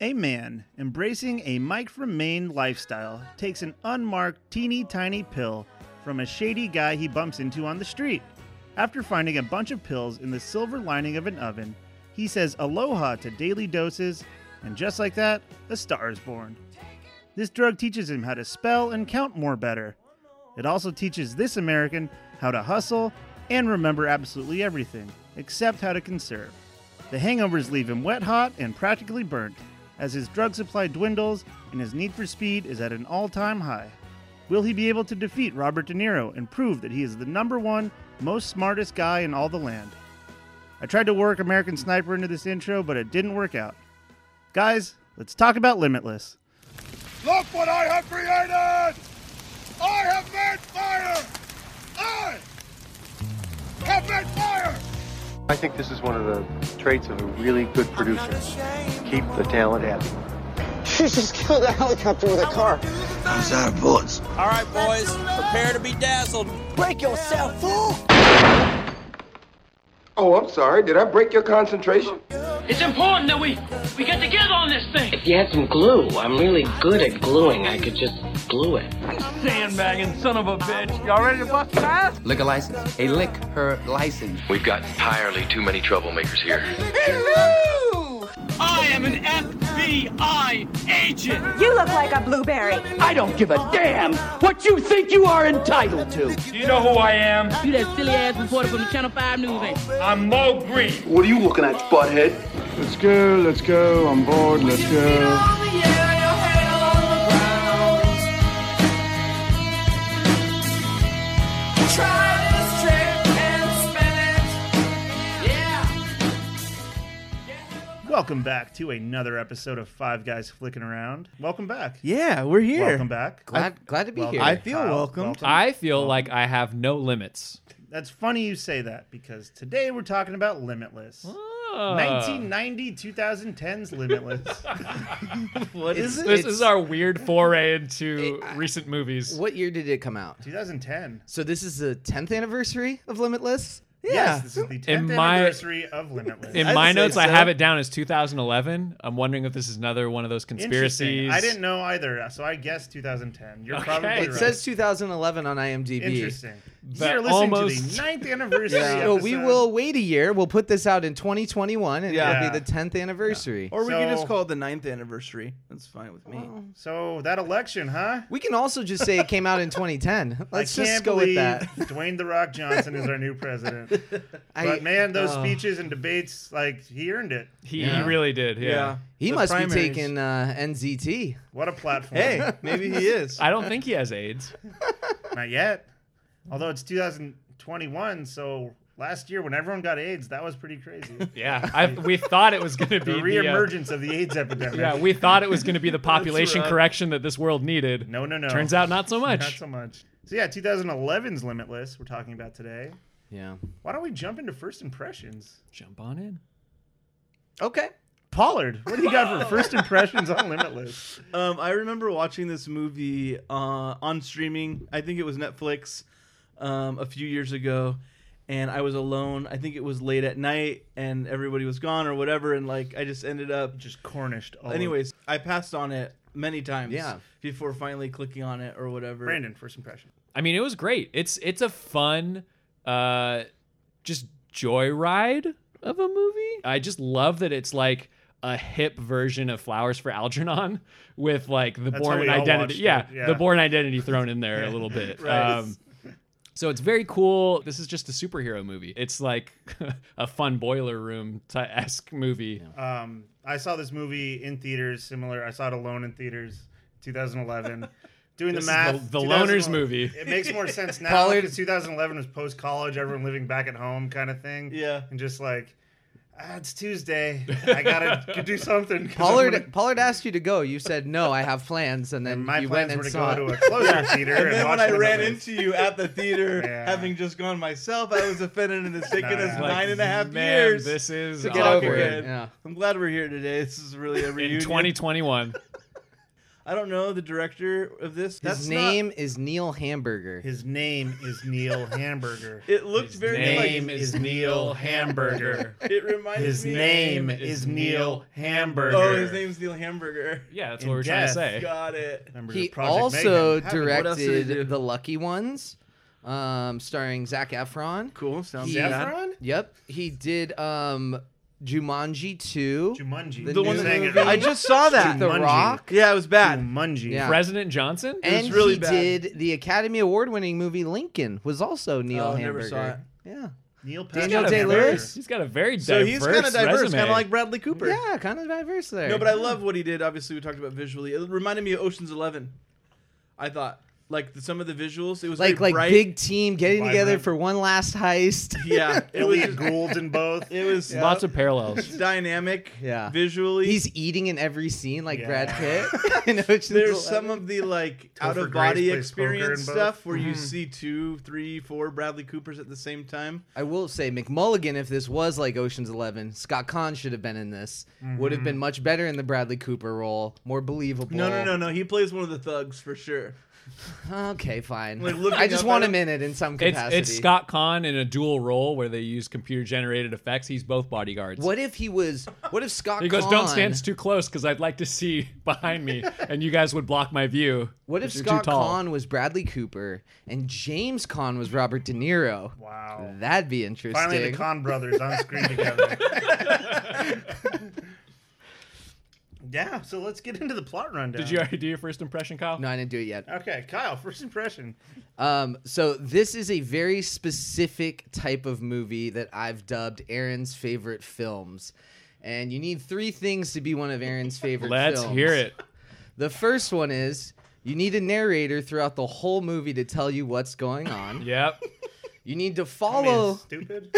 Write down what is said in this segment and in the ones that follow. A man embracing a Mike from Maine lifestyle takes an unmarked teeny tiny pill from a shady guy he bumps into on the street. After finding a bunch of pills in the silver lining of an oven, he says aloha to daily doses, and just like that, a star is born. This drug teaches him how to spell and count more better. It also teaches this American how to hustle and remember absolutely everything, except how to conserve. The hangovers leave him wet hot and practically burnt as his drug supply dwindles and his need for speed is at an all time high. Will he be able to defeat Robert De Niro and prove that he is the number one, most smartest guy in all the land? I tried to work American Sniper into this intro, but it didn't work out. Guys, let's talk about Limitless. Look what I have created! I have made fire! I have made fire! I think this is one of the traits of a really good producer. Keep the talent happy. She just killed a helicopter with a car. All right, boys, prepare to be dazzled. Break yourself, fool! Oh, I'm sorry. Did I break your concentration? It's important that we we get together on this thing. If you had some glue, I'm really good at gluing. I could just glue it. Sandbagging son of a bitch. Y'all ready to bust ass? Lick a license. A lick her license. We've got entirely too many troublemakers here. I am an FBI agent. You look like a blueberry. I don't give a damn what you think you are entitled to. Do you know who I am? You that silly ass reporter from the Channel 5 News, ain't I'm Mo Green. What are you looking at, butthead? Let's go, let's go. I'm bored, let's go. Welcome back to another episode of Five Guys Flicking Around. Welcome back. Yeah, we're here. Welcome back. Glad, glad to be Welcome here. back, I Kyle. I feel like I have no limits. That's funny you say that because today we're talking about Limitless. Oh. 1990 2010's Limitless. what is it? This is our weird foray into recent movies. What year did it come out? 2010. So this is the 10th anniversary of Limitless. Yeah. Yes, this is the 10th my- anniversary of Limitless. In I'd my say notes, I so. have it down as 2011. I'm wondering if this is another one of those Interesting. conspiracies. I didn't know either, so I guess 2010. You're probably Okay. right. it says 2011 on IMDb. Interesting. But You're listening to almost- the ninth anniversary. So we episode. will wait a year. We'll put this out in 2021, and Yeah. it'll be the 10th anniversary. Or we So- can just call it the ninth anniversary. That's fine with me. Oh. So that election, huh? We can also just say it came out in 2010. Let's I just can't go with believe that. Dwayne the Rock Johnson is our new president. I- but man, those oh. speeches and debates, like he earned it. He, he really did. Yeah. He The must primaries. be taking uh, NZT. What a platform! Hey, maybe he is. I don't think he has AIDS. not yet. Although it's 2021, so last year when everyone got AIDS, that was pretty crazy. Yeah. I, we thought it was going to The be the, uh, reemergence of the AIDS epidemic. yeah. We thought it was going to be the population right. correction that this world needed. no, no, no. Turns out not so much. not so much. So yeah, 2011's Limitless. We're talking about today. Yeah. Why don't we jump into first impressions? Jump on in. Okay. Pollard, what do you got for first impressions on Limitless? Um, I remember watching this movie uh, on streaming. I think it was Netflix um, a few years ago, and I was alone. I think it was late at night, and everybody was gone or whatever. And like, I just ended up. Just Cornished. All over. Anyways, I passed on it many times. Yeah. Before finally clicking on it or whatever. Brandon, first impression. I mean, it was great. It's it's a fun, uh, just joyride of a movie. I just love that it's like a hip version of Flowers for Algernon with like the That's how we Born all Identity. watched Yeah, it, yeah. the Born Identity thrown in there a little bit. um, so it's very cool. This is just a superhero movie. It's like a fun boiler room esque movie. Uh, Um, I saw this movie in theaters, similar. I saw it alone in theaters, 2011. Doing This the is math, the- the Loners 2011 movie. It makes more sense now Pollard- because 2011 was post college, everyone living back at home, kind of thing. Yeah. and just like ah, it's Tuesday, I gotta do something. 'cause I'm Pollard gonna- Pollard asked you to go. You said no. I have plans, and then my you went plans and were to saw go to it. a closer theater, and, And then watch when I the ran movie. into you at the theater, Yeah. having just gone myself, I was offended, and it's taken Nah. us Like, nine and a half man, years This is to get awkward. over over it, it. yeah. I'm glad we're here today. This is really a in reunion. 2021. I don't know the director of this. His That's not- name is Neil Hamburger. His name is Neil Hamburger. It looked very name like is Neil Hamburger. It reminded His me- name is Neil Hamburger. Oh, his name's Neil Hamburger. Yeah, that's what In we're trying to death. say. Got it. He also What else did he do? directed The Lucky Ones, um, starring Zach Efron. Cool, sounds He- Zac Efron? Yep, he did um, Jumanji Two. Jumanji, The one that- movie. I just saw that. With The Rock. Yeah, it was bad. Mungie. Yeah. President Johnson? And he did the Academy Award-winning movie Lincoln. Was also Neil Oh, Hamburger. never saw it. Yeah. Neil Patrick Daniel Hamburger. Day Lewis. He's got a very So he's diverse kind of diverse, resume. kind of like Bradley Cooper. Yeah, kind of diverse there. No, but I love what he did. Obviously, we talked about visually. It reminded me of Ocean's Eleven. I thought, like the, some of the visuals, it was like very like bright. big team getting together vibrant. for one last heist. Yeah, it was just- Gould in both. It was Lots of parallels. dynamic. Yeah. visually, He's eating in every scene like Brad Pitt. in Ocean's There's Eleven. some of the like Topher out of Grace body plays poker experience in both. stuff where you Mhm. see two, three, four Bradley Coopers at the same time. I will say McMulligan, if this was like Ocean's Eleven, Scott Kahn should have been in this. Would have Mhm. been much better in the Bradley Cooper role, more believable. No, no, no, no. He plays one of the thugs for sure. Okay, fine. Like, looking I just up want at him him- in it in some It's, capacity. it's Scott Kahn in a dual role where they use computer generated effects. He's both bodyguards. What if he was? What if Scott? He goes, "Don't Kahn- stand too close because I'd like to see behind me, and you guys would block my view." What if you're Scott too tall." Kahn was Bradley Cooper and James Kahn was Robert De Niro? Wow, that'd be interesting. Finally, the Con brothers on screen together. yeah, so let's get into the plot rundown. Did you already do your first impression, Kyle? No, I didn't do it yet. Okay, Kyle, first impression. Um, so this is a very specific type of movie that I've dubbed Aaron's favorite films, and you need three things to be one of Aaron's favorite. Let's films. hear it. The first one is you need a narrator throughout the whole movie to tell you what's going on. Yep. You need to I mean, follow. stupid.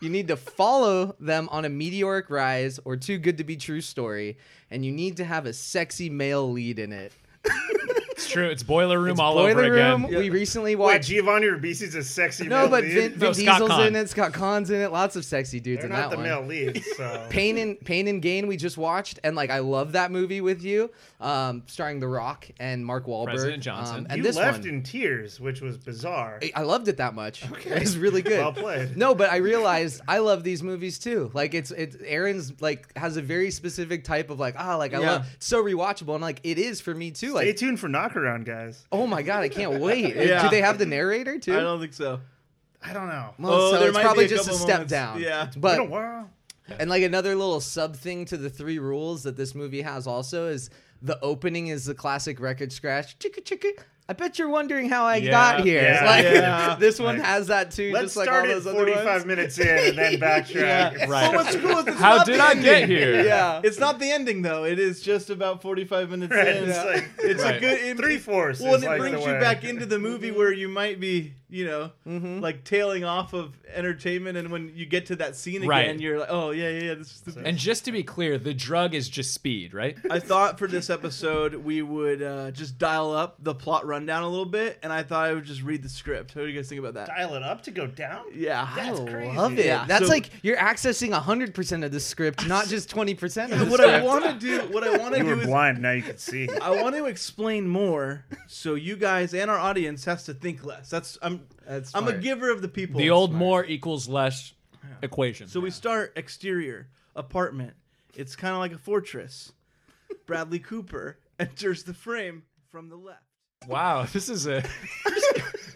You need to follow them on a meteoric rise or too good to be true story, and you need to have a sexy male lead in it. It's true. It's boiler room It's all Boiler over again. Room. We recently Wait, watched. Giovanni Ribisi's a sexy no, male but lead? Vin, Vin Diesel's in it. Scott Kahn's in it. Lots of sexy dudes They're in not the that one. male leads, so Pain and Pain and Gain we just watched, and like I love that movie with you, um, starring The Rock and Mark Wahlberg. Um, and you this left one, in tears, which was bizarre. I- I loved it that much. Okay, it was really good. Well played. No, but I realized I love these movies too. Like it's it's Aaron's like has a very specific type of like ah like I Yeah. love it's so rewatchable and like it is for me too. Stay Like tuned for Knockaround, guys. oh my god, I can't wait. Yeah. Do they have the narrator too? I don't think so. I don't know. Well, Oh, so there it's might probably be a just a couple step moments. down. Yeah. It's but been a while. And like another little sub thing to the three rules that this movie has also is the opening is the classic record scratch. Chicka chicka. I bet you're wondering how I Yeah. got here. Yeah. Like Yeah. this one Like, has that too. let's just like start all at those other 45 ones. minutes in and then backtrack. Yeah, Right. But what's cool is it's How not did the I get ending. here? Yeah. It's not the ending though. It is just about 45 minutes Right, in. it's like- It's a Right. good it- Three-fourths Well, is and it like brings the you way. back into the movie where you might be, you know, like tailing off of entertainment, and when you get to that scene again, Right. you're like, oh yeah, yeah, yeah. This is the And just to be clear, the drug is just speed, right? I thought for this episode we would uh, just dial up the plot rundown a little bit, and I thought I would just read the script. What do you guys think about that? Dial it up to go down? Yeah, That's I crazy. love it. Yeah. That's So- like you're accessing 100% of the script, not just 20% of the what I script. want to do, what I want to You do were is, blind, now you can see. I want to explain more, so you guys and our audience has to think less. That's I'm, That's I'm a smart. giver of the people. The old more equals less equation. So we start exterior apartment. It's kind of like a fortress. Bradley Cooper enters the frame from the left. Wow, this is a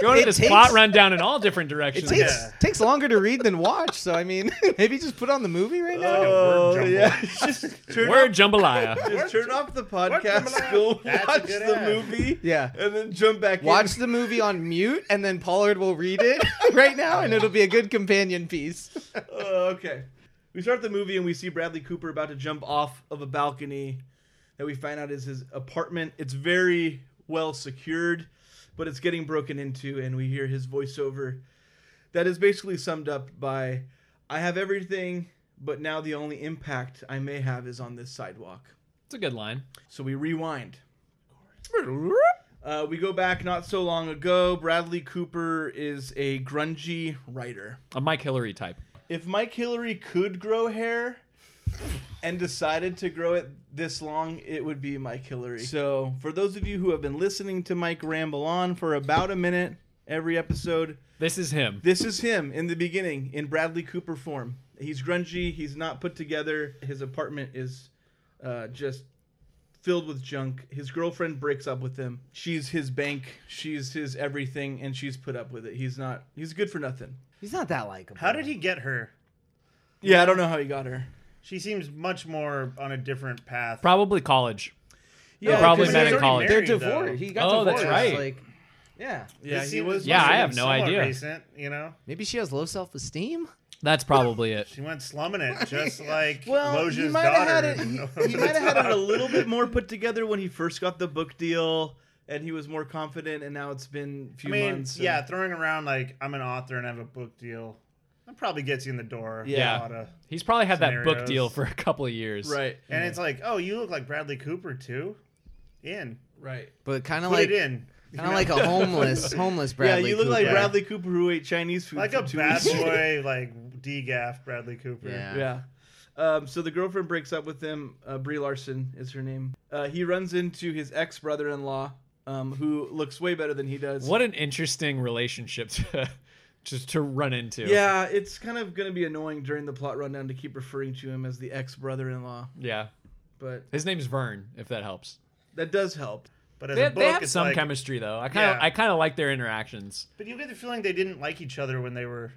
going It to this takes- plot rundown in all different It directions. takes takes longer to read than watch, so I mean, maybe just put on the movie right now. Oh, yeah. just turn Word off- jambalaya. Just turn off the podcast, go That's a watch good the ad. movie, Yeah. and then jump back Watch the movie on mute, and then Pollard will read it right now, and it'll be a good companion piece. in. Uh, okay. We start the movie and we see Bradley Cooper about to jump off of a balcony that we find out is his apartment. It's very well secured, but it's getting broken into, and we hear his voiceover that is basically summed up by I have everything, but now the only impact I may have is on this sidewalk. It's a good line. So we rewind. Uh, we go back not so long ago. Bradley Cooper is a grungy writer. A Mike Hillary type. If Mike Hillary could grow hair, and decided to grow it this long, it would be Mike Hillary. So, for those of you who have been listening to Mike ramble on for about a minute every episode, this is him. This is him in the beginning in Bradley Cooper form. He's grungy, he's not put together, his apartment is uh, just filled with junk. His girlfriend breaks up with him. She's his bank, she's his everything, and she's put up with it. He's not, he's good for nothing. He's not that likable. How did he get her? Yeah, I don't know how he got her. She seems much more on a different path. Probably college. Yeah, Yeah, probably because met he's in already college. married, They're divorced. though. He got oh, that's divorced, right. like- Yeah. This seems- this Yeah, must I been have no somewhat idea. Recent, you know, Maybe she has low self esteem. That's probably it. she went slumming it just like Well, Loja's he might daughter. have had it. He, he might have had it a little bit more put together when he first got the book deal, and he was more confident. And now it's been a I few mean, months. and- yeah, throwing around like I'm an author and I have a book deal. That probably gets you in the door. in a Yeah. lot of He's probably had that book scenarios. deal for a couple of years. Right. And it's like, oh, you look like Bradley Cooper too. In right, But kind of Put like it in. Kind of like a homeless, homeless Bradley. yeah, you look like Cooper. Bradley Cooper who ate Chinese food like for a two bad weeks. boy, like degaff Bradley Cooper. Yeah. Yeah. Um, so the girlfriend breaks up with him. Uh, Brie Larson is her name. Uh, he runs into his ex brother in law, um, who looks way better than he does. What an interesting relationship to just to run into. Yeah, it's kind of going to be annoying during the plot rundown to keep referring to him as the ex brother in law, Yeah. but His name's Vern, if that helps. that does help. But as They, a they book, have it's some like, chemistry though. I kind of Yeah. I kind of like their interactions. But you get the feeling they didn't like each other when they were.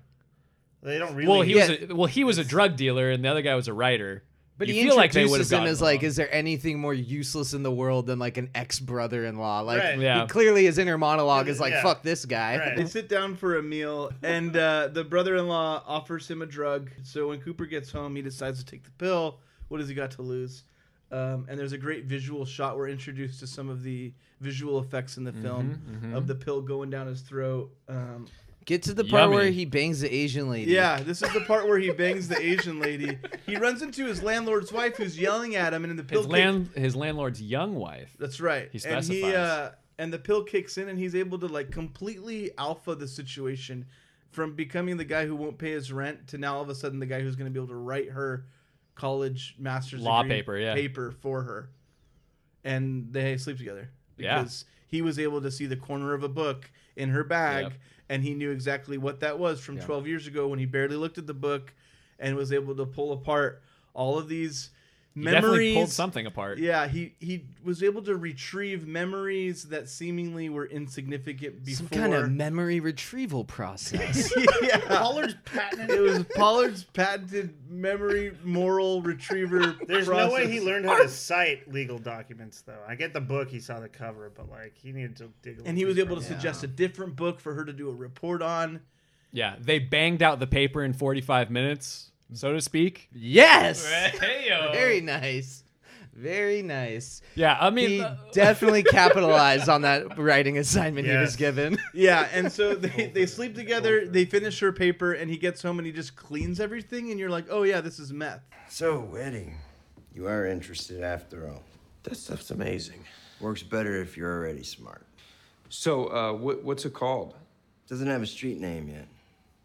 They don't really. Well, he was a, well he was a drug dealer and the other guy was a writer. But you he feel like they would have introduces him gotten as like, is there anything more useless in the world than like an ex brother in law? Like, Right. he Yeah. clearly his inner monologue is like, Yeah. fuck this guy. Right. They sit down for a meal, and uh, the brother-in-law offers him a drug. So when Cooper gets home, he decides to take the pill. What has he got to lose? Um, and there's a great visual shot. We're introduced to some of the visual effects in the film of the pill going down his throat. Um, Get to the part where Yummy. he bangs the Asian lady. yeah, this is the part where he bangs the Asian lady. He runs into his landlord's wife, who's yelling at him, and in the pill. his kick- land his landlord's young wife. That's right. He and he specifies. uh, and the pill kicks in, and he's able to like completely alpha the situation, from becoming the guy who won't pay his rent to now all of a sudden the guy who's going to be able to write her college master's Law degree paper, yeah. paper for her, and they sleep together Yeah. because he was able to see the corner of a book in her bag, Yep. and he knew exactly what that was from 12 years ago when he barely looked at the book, and was able to pull apart all of these. He definitely pulled memories something apart. yeah, he he was able to retrieve memories that seemingly were insignificant Some before. kind of memory retrieval process. yeah. Pollard's patented. It was Pollard's patented memory moral retriever. There's process. no way he learned how to cite legal documents, though. I get the book; he saw the cover, but like he needed to dig. A little And he was deeper. able to suggest a different book for her to do a report on. Yeah, they banged out the paper in 45 minutes, so to speak. yes. Hey, Very nice. Very nice. yeah, I mean, He uh, definitely capitalized on that writing assignment he was Yes. given. Yeah, and so they, they sleep together. They finish her paper, and he gets home and he just cleans everything. And you're like, oh yeah, this is meth. So, Eddie, you are interested after all. That stuff's amazing. Works better if you're already smart. So, uh, what, what's it called? Doesn't have a street name yet,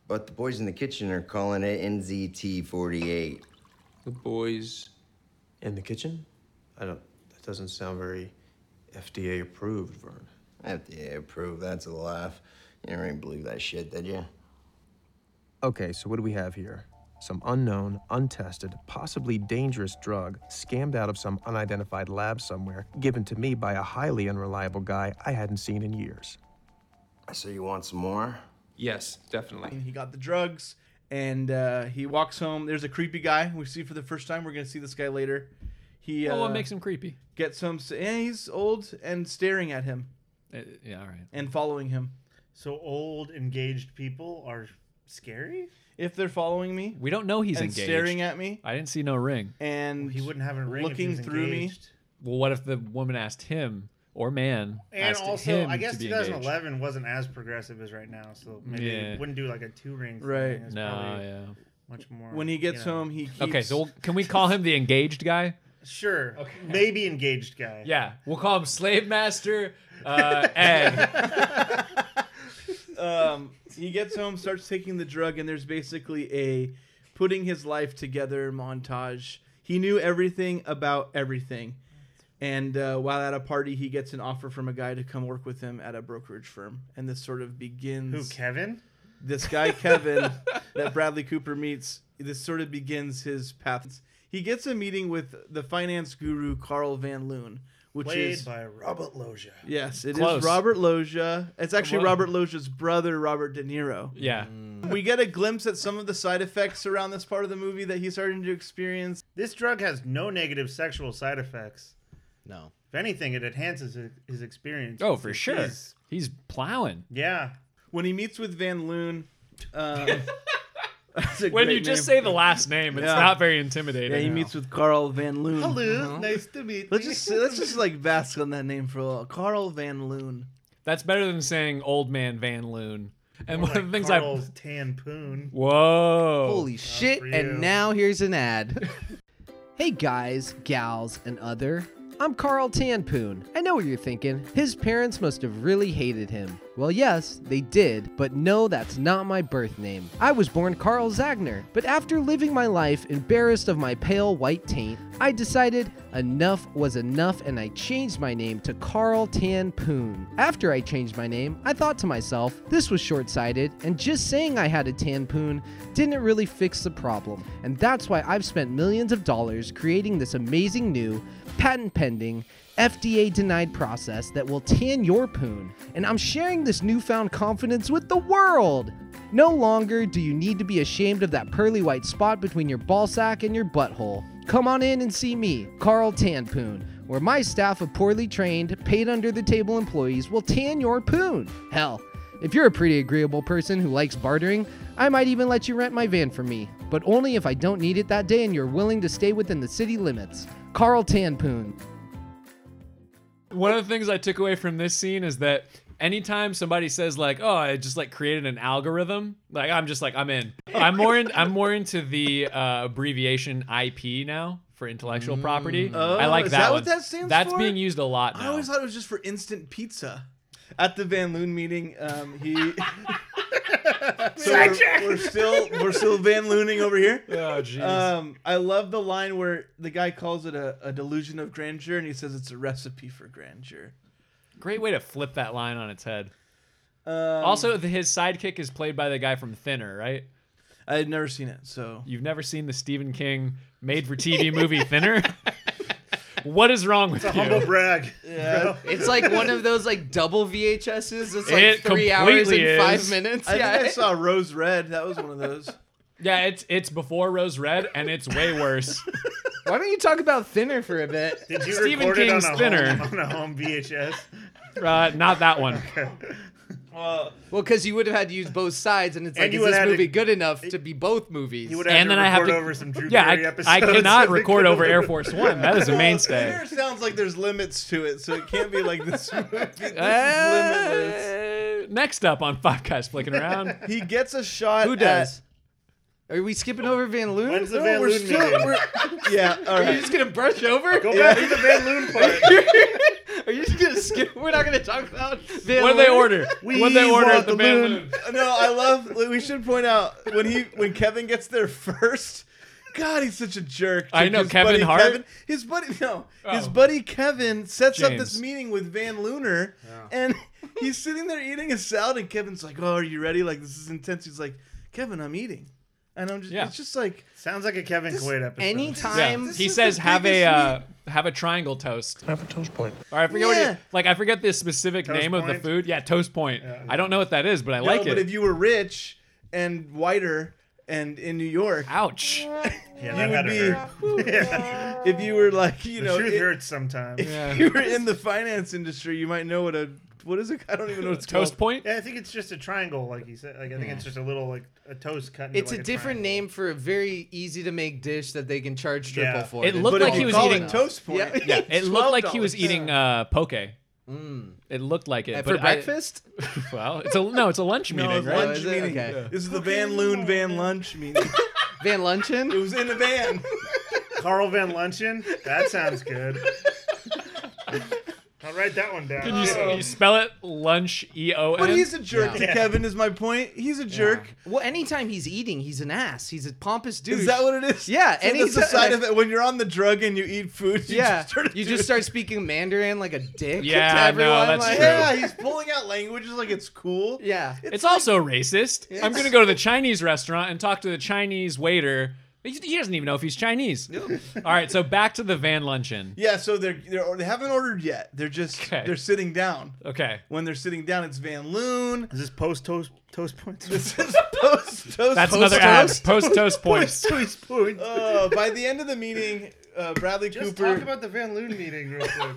but the boys in the kitchen are calling it NZT48. The boys in the kitchen? I don't. That doesn't sound very FDA approved, Vern. FDA approved, that's a laugh. You didn't really believe that shit, did you? Okay, so what do we have here? Some unknown, untested, possibly dangerous drug scammed out of some unidentified lab somewhere, given to me by a highly unreliable guy I hadn't seen in years. So you want some more? Yes, definitely. And he got the drugs and uh, he walks home. There's a creepy guy we see for the first time. We're gonna see this guy later. He uh, oh, what makes him creepy? gets home s- and he's old and staring at him Uh, yeah, all right. and following him. So old engaged people are scary. If they're following me We don't know he's and engaged. Oh, staring at me I didn't see no ring. and He wouldn't have a ring. if he Looking was through me. engaged. Well, what if the woman asked him or man And asked also, him I guess to be engaged? 2011 wasn't as progressive as right now, so maybe Yeah. it wouldn't do like a two ring. thing. Right. It's No, probably yeah. Much more. when he gets you know. home, he keeps, Okay, so we'll, can we call him the engaged guy? sure, maybe engaged guy. Yeah, we'll call him slave master uh, Ed. um, he gets home, starts taking the drug, and there's basically a putting his life together montage. He knew everything about everything. And uh, while at a party, he gets an offer from a guy to come work with him at a brokerage firm. And this sort of begins. Who, Kevin? This guy, Kevin, that Bradley Cooper meets. This sort of begins his path. He gets a meeting with the finance guru, Carl Van Loon, which Played is. by Robert Loggia. Yes, it is Close. Robert Loggia. It's actually Whoa. Robert Loggia's brother, Robert De Niro. Yeah. We get a glimpse at some of the side effects around this part of the movie that he's starting to experience. This drug has no negative sexual side effects. No. If anything, it enhances his, his experience. Oh, for sure. He's- He's plowing. yeah. When he meets with Van Loon, um, that's a When great you just name. say the last name, it's Yeah. not very intimidating. Yeah, he meets with Carl Van Loon. Uh-huh. Uh-huh. Hello, nice to meet Let's you. just let's just like bask on that name for a while. Carl Van Loon. That's better than saying old man Van Loon. And Oh More one of like the things Carl's I tan poon. Whoa. Holy shit. for you. And now here's an ad. hey guys, gals, and other. I'm Carl Tanpoon. I know what you're thinking. His parents must have really hated him. Well, yes, they did, but no, that's not my birth name. I was born Carl Zagner, but after living my life embarrassed of my pale white taint, I decided enough was enough and I changed my name to Carl Tanpoon. After I changed my name, I thought to myself, this was short sighted, and just saying I had a tanpoon didn't really fix the problem. And that's why I've spent millions of dollars creating this amazing new, patent pending, FDA denied process that will tan your poon. And I'm sharing this newfound confidence with the world! No longer do you need to be ashamed of that pearly white spot between your ballsack and your butthole. Come on in and see me, Carl Tanpoon, where my staff of poorly trained, paid under the table employees will tan your poon. Hell, if you're a pretty agreeable person who likes bartering, I might even let you rent my van for me, but only if I don't need it that day and you're willing to stay within the city limits. Carl Tanpoon. One of the things I took away from this scene is that anytime somebody says like, "Oh, I just like created an algorithm," like I'm just like I'm in. I'm more in. I'm more into the uh, abbreviation IP now for intellectual property. Oh, I like is that. that what one. that stands That's for? being used a lot I now. always thought it was just for instant pizza. At the Van Loon meeting, um, he. so we're, Sidetrack. we're still we're still Van Looning over here. Oh jeez. Um, I love the line where the guy calls it a, a delusion of grandeur, and he says it's a recipe for grandeur. Great way to flip that line on its head. Um, also, the, his sidekick is played by the guy from Thinner, right? I had never seen it, so you've never seen the Stephen King made-for-TV movie Thinner. what is wrong with It's a you? humble brag. Yeah. It's like one of those like double VHSs. It's like It three hours and completely five is. minutes. I yeah. think I saw Rose Red. That was one of those. Yeah, it's it's before Rose Red, and it's way worse. Why don't you talk about thinner for a bit? Did you Stephen record it on King's a Thinner. home, on a home VHS? Uh, not that one. Well, well, because you would have had to use both sides, and it's And like, you is would this have had movie to- good enough to be both movies? You would have to record over some Drew Yeah, Carey I- episodes. I cannot of it record going over Air Force One. That is a mainstay. Thinner sounds like there's limits to it, so it can't be like this movie. This is Eh. limitless. Uh, next up on Five Guys Flicking Around. He gets a shot. Who does? Are we skipping over Van Loon? uh, When's the No, Van we're Loon still- meeting? we're- At, yeah. All Are you right. just gonna brush over? Go back to the Van Loon part. Are you just gonna skip? We're not gonna talk about Van Loon? What did they order? We What did they order want at the the Van moon. Loon? No, I love. We should point out when he when Kevin gets there first. God, he's such a jerk. to I know, his Kevin buddy Hart? Kevin, his buddy, no, his Oh. buddy Kevin sets up this James. meeting with Van Looner, and he's sitting there eating a salad, and Kevin's like, "Oh, are you ready? Like this is intense." He's like, "Kevin, I'm eating," and I'm just, Yeah. it's just like, Sounds like a Kevin This- Quaid episode. Yeah. Anytime He is says the have a biggest uh, have a triangle toast. Have a toast point. Or I forget what Yeah. it, like I forget the specific Toast name of the point? food. Yeah, toast point. I don't know what that is, but I no, like but it. if you were rich and whiter and in New York, Ouch. Yeah, you that had to would be. hurt. Yeah. If you were like, you the know, truth it- hurts sometimes. Yeah. if you were in the finance industry, you might know what a what is it? I don't even know what it's toast called. point? I think it's just a triangle, like you said. Like I think it's just a little like a toast cut. Into, it's like, a different triangle. name for a very easy to make dish that they can charge triple Yeah. for. It looked But like if he you was call eating- it toast point. Yeah. Yeah, it looked like he was $12. eating uh, poke. It looked like it. Mm. And but for I- breakfast. well, it's a no, it's a lunch No, meeting, it's right? Oh, lunch is it? meeting. Okay. Yeah. This is the Van Loon Van Lunch meeting. Van it Luncheon. was in a van. Carl Van Luncheon. That sounds good. I'll write that one down. Can you, can you spell it? Lunch E O N. But he's a jerk to Kevin, is my point. He's a jerk. Well, anytime he's eating, he's an ass. He's a pompous dude. Is that what it is? Yeah. So that's the side of it. When you're on the drug and you eat food, you yeah, just start you just start speaking Mandarin like a dick. Yeah, to no, everyone. that's like, true. Yeah, he's pulling out languages like it's cool. Yeah. It's, also racist. I'm going to go to the Chinese restaurant and talk to the Chinese waiter. He he doesn't even know if he's Chinese. All right, so back to the van luncheon. Yeah, so they're, they're they haven't ordered yet. They're just they're sitting down. Okay. When they're sitting down, it's Van Loon. Is this post toast toast points? This is post toast. That's post, another ad. Post toast points. Post toast points. Uh, by the end of the meeting, uh, Bradley Just Cooper. talk about the Van Loon meeting real quick.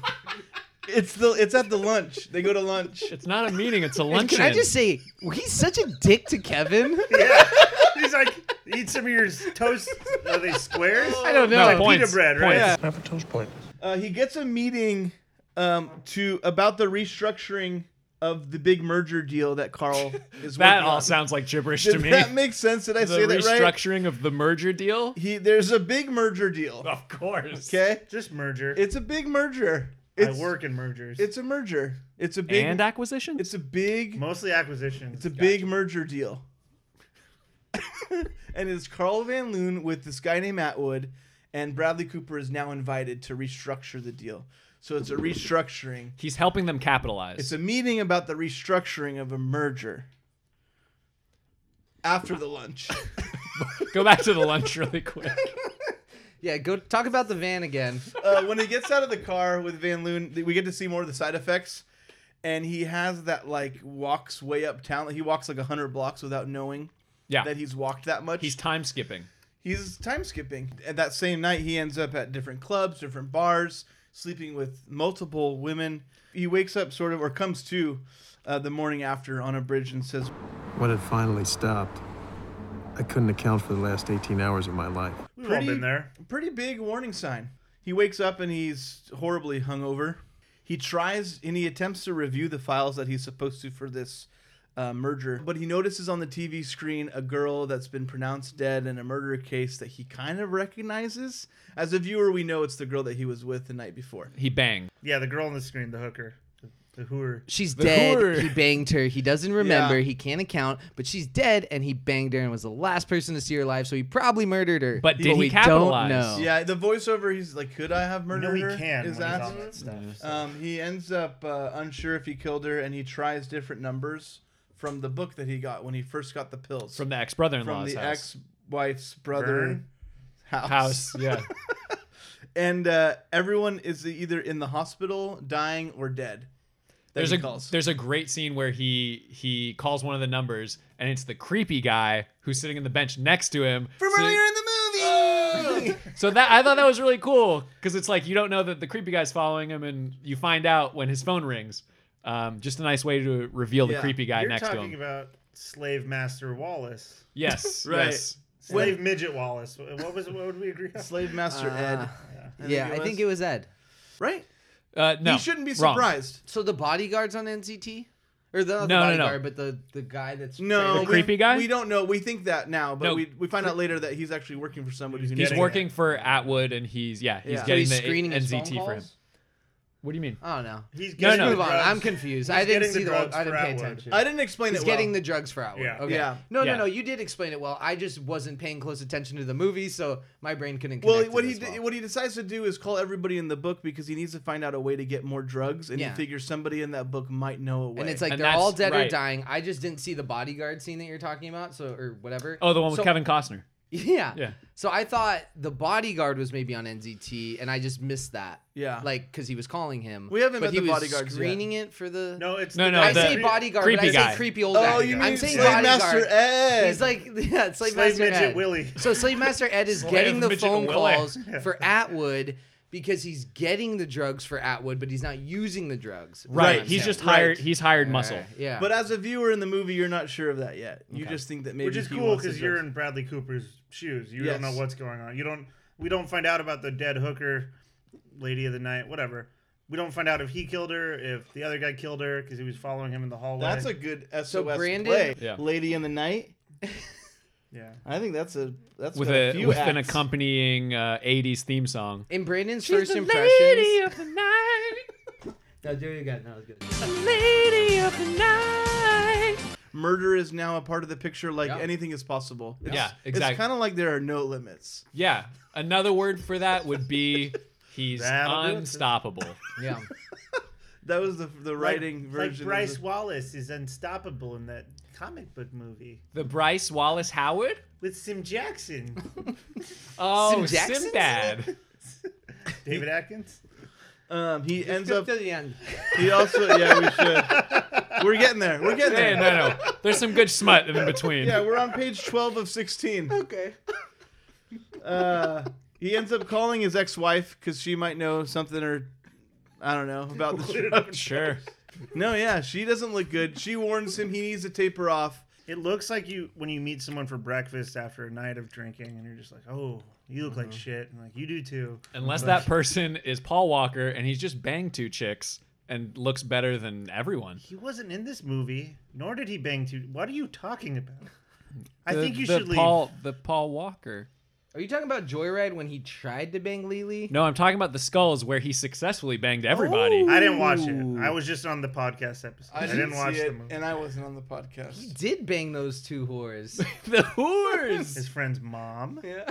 it's the it's at the lunch. They go to lunch. It's not a meeting. It's a And Can I just say he's such a dick to Kevin? yeah. He's like, eat some of your toast. Are they squares? I don't know. Like Points. pita bread, right? Points. Have a toast point. Uh, he gets a meeting um, to about the restructuring of the big merger deal that Carl is. That working all on. sounds like gibberish Did to me. that make sense? Did I the say that right? restructuring of the merger deal? He there's a big merger deal. Of course. Okay. Just merger. It's a big merger. I It's, work in mergers. It's a merger. It's a big And acquisition. It's a big. Mostly acquisitions. It's a big merger deal. and it's Carl Van Loon with this guy named Atwood, and Bradley Cooper is now invited to restructure the deal. So it's a restructuring. He's helping them capitalize. It's a meeting about the restructuring of a merger. After the lunch. Go back to the lunch really quick. yeah, go talk about the van again. uh, when he gets out of the car with Van Loon, th- we get to see more of the side effects. And he has that like walks way uptown. He walks like hundred blocks without knowing Yeah. that he's walked that much. He's time skipping. He's time skipping. And that same night, he ends up at different clubs, different bars, sleeping with multiple women. He wakes up sort of, or comes to, uh, the morning after on a bridge and says, When it finally stopped, I couldn't account for the last 18 hours of my life. We've all been there. Pretty big warning sign. He wakes up and he's horribly hungover. He tries and he attempts to review the files that he's supposed to for this uh, merger, but he notices on the TV screen a girl that's been pronounced dead in a murder case that he kind of recognizes. As a viewer, we know it's the girl that he was with the night before. He banged. Yeah, the girl on the screen, the hooker. The, the hooer. She's The dead. hooer. He banged her. He doesn't remember. Yeah. He can't account. But she's dead, and he banged her and was the last person to see her alive. So he probably murdered her. we Oh. Don't know. Yeah, the voiceover, he's like, "Could I have murdered No, he her?" can Is when he's that? on that stuff, so. Um, he ends up uh, unsure if he killed her, and he tries different numbers from the book that he got when he first got the pills From the ex-brother-in-law's from the house. ex-wife's brother Vern? house. House, yeah. and uh, everyone is either in the hospital, dying, or dead. that There's he a calls. there's a great scene where he he calls one of the numbers and it's the creepy guy who's sitting in the bench next to him from so, earlier in the movie. So that I thought that was really cool because it's like you don't know that the creepy guy's following him and you find out when his phone rings. Um, just a nice way to reveal the creepy guy You're next to talking him. about slave master Wallace. Yes, Right. yes. Slave midget Wallace. What was? What would we agree on? Slave master Ah, Ed. Yeah, I think it was Ed. Right? Uh, no, He shouldn't be wrong. surprised. So the bodyguard's on NCT, or the, not the No, no, no. bodyguard, but the the guy that's No, trailing we- him? We don't know. We think that now, but No. we, we find out later that he's actually working for somebody. who He's knows. working for Atwood and he's yeah he's Yeah. So getting he's the screening his NZT phone for him. calls? What do you mean? Oh no. He's No, Let's no. move on. drugs. I'm confused. He's I didn't getting the see the. drugs I didn't for pay Atwood. attention. I didn't explain He's it well. getting the drugs for Atwood. Yeah. Okay. Yeah. No, Yeah. no, no. You did explain it well. I just wasn't paying close attention to the movie, so my brain couldn't. Well, Connect what it he as d- well. what he decides to do is call everybody in the book because he needs to find out a way to get more drugs, and Yeah. he figures somebody in that book might know a way. And it's like they're all dead or dying. I just didn't see the bodyguard scene that you're talking about, so or whatever. Oh, the one with So- Kevin Costner. Yeah. Yeah. So I thought the bodyguard was maybe on NZT, and I just missed that. Yeah. Like because he was calling him. We haven't met but he the was bodyguards yet. Screening it for the. No, it's No, the no, guy- I say the bodyguard, creepy but I say guy. creepy old Oh, guy. you I'm mean saying Slave bodyguard. Master Ed. He's like yeah, slave, Slave master midget Ed. Willie. So slave master Ed is Slave getting the midget phone Willie. calls for Atwood because he's getting the drugs for Atwood, but he's not using the drugs. Right. He's just hired. He's hired muscle. Yeah. But as a viewer in the movie, you're not sure of that yet. You Okay. just think that maybe Which is he cool wants the because you're drugs. in Bradley Cooper's shoes. You don't know Yes. what's going on. You don't. We don't find out about the dead hooker, lady of the night, whatever. We don't find out if he killed her, if the other guy killed her because he was following him in the hallway. That's a good SOS Brandon- play. Yeah. Lady in the Night. Yeah. I think that's a that's With got a, a few with an acts. accompanying uh, '80s theme song. In Brandon's She's first the impressions, of the night. No, do it again. That was good. Lady of the night. Murder is now a part of the picture. Like anything is possible. It's, Yeah, exactly. It's kind of like there are no limits. Yeah. Another word for that would be he's That'll do it. unstoppable. Yeah. That was the the writing like, version. Like Bryce Wallace is unstoppable in that comic book movie The Bryce Wallace Howard? with Sim Jackson. Sim Oh, Jackson's in Sinbad. David Atkins. Um, he ends skip up to the end. He also yeah we should. We're getting there. We're getting there. Hey, no, no. There's some good smut in between. Yeah, we're on page 12 of 16. Okay. Uh, he ends up calling his ex-wife because she might know something or I don't know about the Clear it drug. Sure. No, yeah, she doesn't look good. She warns him he needs to taper off. It looks like you when you meet someone for breakfast after a night of drinking, and you're just like, "Oh, you look like Mm-hmm. shit," and like you do too. Unless But- that person is Paul Walker and he's just banged two chicks and looks better than everyone. he wasn't in this movie, nor did he bang two. What are you talking about? I The- think you the should leave. Paul, leave. The Paul Walker. Are you talking about Joyride when he tried to bang Lily? No, I'm talking about the skulls where he successfully banged everybody. I didn't watch it. I was just on the podcast episode. I, didn't didn't, see watch it, the movie. and I wasn't on the podcast. Did bang those two whores. the whores. His friend's mom. Yeah.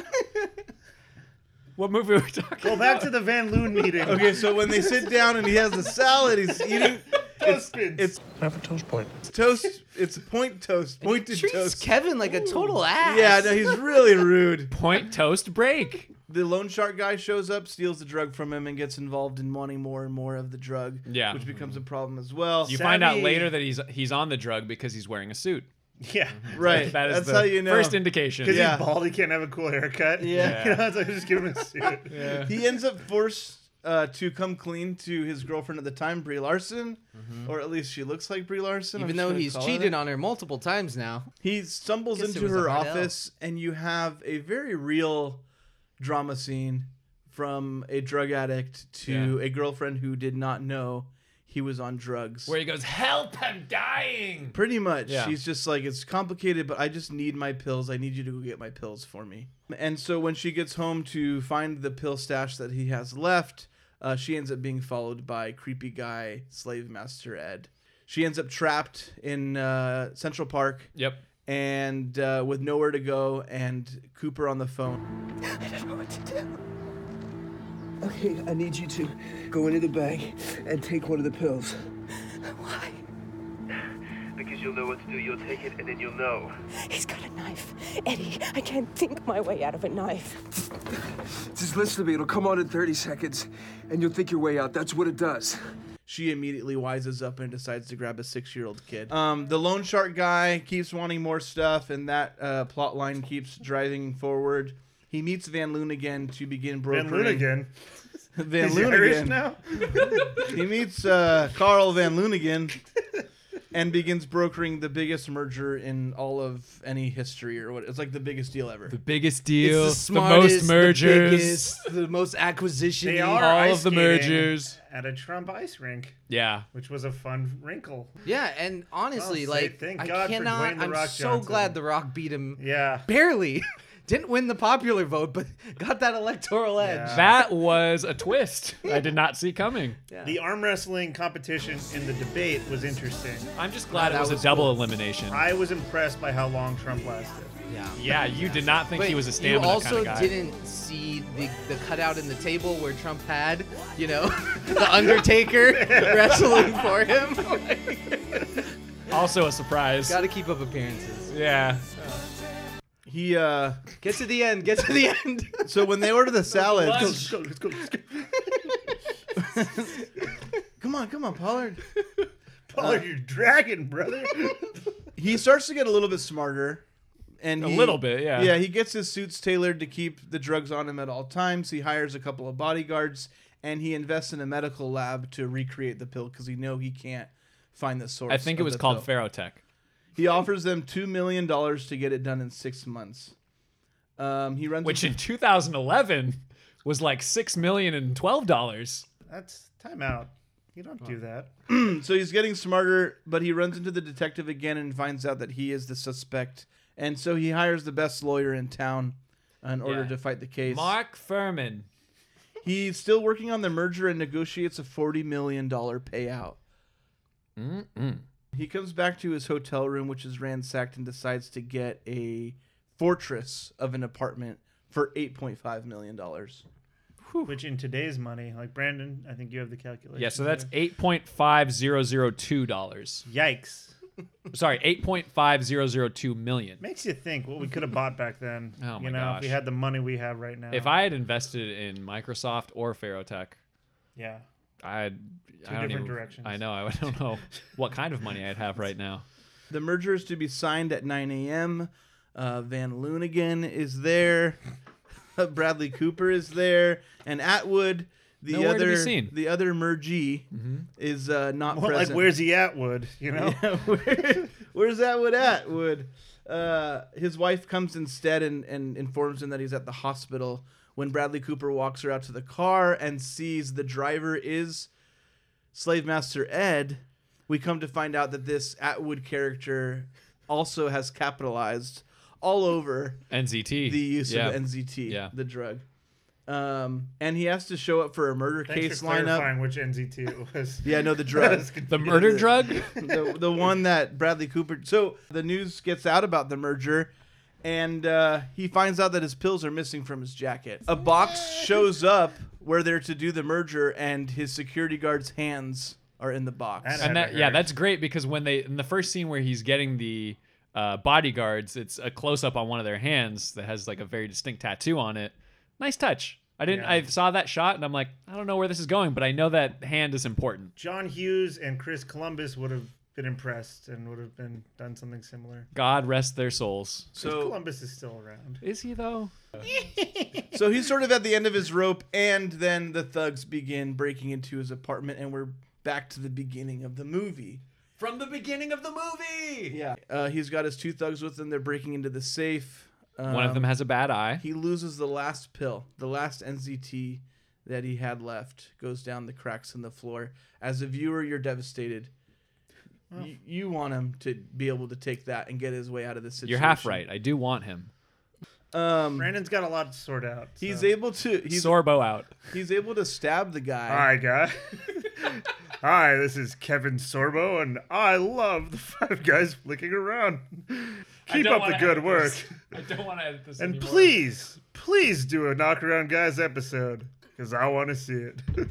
What movie are we talking Go back to the Van Loon meeting. Okay, so when they sit down and he has the salad, he's eating. It's, it's Have a toast point. toast. It's point toast. Pointed treats toast. Kevin like a total ass. Yeah, no, he's really rude. Point toast break. The loan shark guy shows up, steals the drug from him, and gets involved in wanting more and more of the drug. Yeah. which becomes a problem as well. You find out later that he's he's on the drug because he's wearing a suit. Yeah. Right, That is that's the how you know. first indication. Because he's bald, he can't have a cool haircut. Yeah. You know, so I just give him a suit. Yeah. he ends up forced uh, to come clean to his girlfriend at the time, Brie Larson, Mm-hmm. or at least she looks like Brie Larson. I'm Even just though gonna he's call her cheated that. on her multiple times now. he stumbles Guess it into was a her hard L. office, and you have a very real drama scene from a drug addict to a girlfriend who did not know he was on drugs. Where he goes, help! I'm dying. Pretty much. Yeah. She's just like, it's complicated, but I just need my pills. I need you to go get my pills for me. And so when she gets home to find the pill stash that he has left, uh, she ends up being followed by creepy guy, slave master Ed. She ends up trapped in uh, Central Park. Yep. And uh, with nowhere to go, and Cooper on the phone. I don't know what to do. Okay, I need you to go into the bag and take one of the pills. Why? Because you'll know what to do. You'll take it and then you'll know. He's got a knife. Eddie, I can't think my way out of a knife. Just listen to me. It'll come on in 30 seconds, and you'll think your way out. That's what it does. She immediately wises up and decides to grab a six-year-old kid. Um, the loan shark guy keeps wanting more stuff, and that uh, plot line keeps driving forward. He meets Van Loon again to begin brokering. Van Loon again. Van He's Loon Irish again. now? he meets uh, Carl Van Loon again, and begins brokering the biggest merger in all of any history, or what? It's like the biggest deal ever. The biggest It's deal, the the most smartest, the, mergers. biggest, the most acquisition. They are all ice of the skating mergers. At a Trump ice rink. Yeah. Which was a fun wrinkle. Yeah, and honestly, Oh, like thank I God for cannot. Dwayne The I'm Rock so Johnson. glad The Rock beat him. Yeah, barely. Didn't win the popular vote, but got that electoral edge. That was a twist I did not see coming. The arm wrestling competition in the debate was interesting. I'm just Glad it was, a double elimination. I was impressed by how long Trump lasted. Yeah. yeah, you did not think But he was a You stamina kind also of guy. didn't see the, the cutout in the table where Trump had, you know, the Undertaker wrestling for him. also a surprise. Got to keep up appearances. Yeah. He uh, get to the end. Get to the end. so when they order the salad, Let's go, let's go, let's go. come on, come on, Pollard. Uh, Pollard, you're dragging, brother. he starts to get a little bit smarter and A he- little bit, yeah. yeah he gets his suits tailored to keep the drugs on him at all times he hires a couple of bodyguards and he invests in a medical lab to recreate the pill because he know he can't find the source I think it of was the called pill. Ferrotech. he offers them two million dollars to get it done in six months um, he runs which in 2011 was like six million and twelve dollars. That's time out. You don't do that. so he's getting smarter, but he runs into the detective again and finds out that he is the suspect. And so he hires the best lawyer in town in order Yeah. to fight the case. Mark Furman. He's still working on the merger and negotiates a $40 million payout. Mm-mm. He comes back to his hotel room, which is ransacked, and decides to get a fortress of an apartment for $8.5 million. Which in today's money, like Brandon, I think you have the calculation. Yeah, so that's eight point five zero zero two dollars. Yikes! Sorry, eight point five zero zero two million. makes you think what we could have bought back then. Oh my you know, if we gosh. had the money we have right now. If I had invested in Microsoft or Ferrotech, yeah, I'd I don't different even, directions. I know. I don't know what kind of money I'd have right now. The merger is to be signed at 9 a.m. Uh, Van Loonigan is there. Bradley Cooper is there, and Atwood, the Nowhere to be other seen. Mm-hmm. the other mergee, is uh, not More like, present. where's the Atwood, you know? Yeah, where- where's Atwood at? Wood. Uh, his wife comes instead and, and informs him that he's at the hospital. When Bradley Cooper walks her out to the car and sees the driver is slave master Ed, we come to find out that this Atwood character also has capitalized all over NZT. the use Yeah. of NZT, Yeah. the drug. Um, and he has to show up for a murder Thanks case for lineup. clarifying which NZT it was. Yeah, no, the That drug. was confusing. The murder drug? the, the one that Bradley Cooper. So the news gets out about the merger, and uh, he finds out that his pills are missing from his jacket. A box shows up where they're to do the merger, and his security guard's hands are in the box. and that yeah, that's great because when they in the first scene where he's getting the uh, bodyguards, it's a close up on one of their hands that has like a very distinct tattoo on it. Nice touch. I didn't. Yeah. I saw that shot and I'm like, I don't know where this is going, but I know that hand is important. John Hughes and Chris Columbus would have been impressed and would have been done something similar. God rest their souls. Chris Columbus is still around. Is he though? so he's sort of at the end of his rope, and then the thugs begin breaking into his apartment, and we're back to the beginning of the movie. From the beginning of the movie. Yeah. Uh, he's got his two thugs with him. They're breaking into the safe. One of them Um, has a bad eye. He loses the last pill, the last NZT that he had left goes down the cracks in the floor. As a viewer, you're devastated. Well. You, you want him to be able to take that and get his way out of this situation. You're half right. I do want him. Um, Brandon's got a lot to sort out. He's so. able to. He's, Sorbo out. he's able to stab the guy. Hi, guy. Hi, this is Kevin Sorbo, and I love the Five Guys flicking around. I Keep don't up wanna the good edit work. this. I don't want to edit this And anymore. please, please do a Knockaround Guys episode, because I want to see it.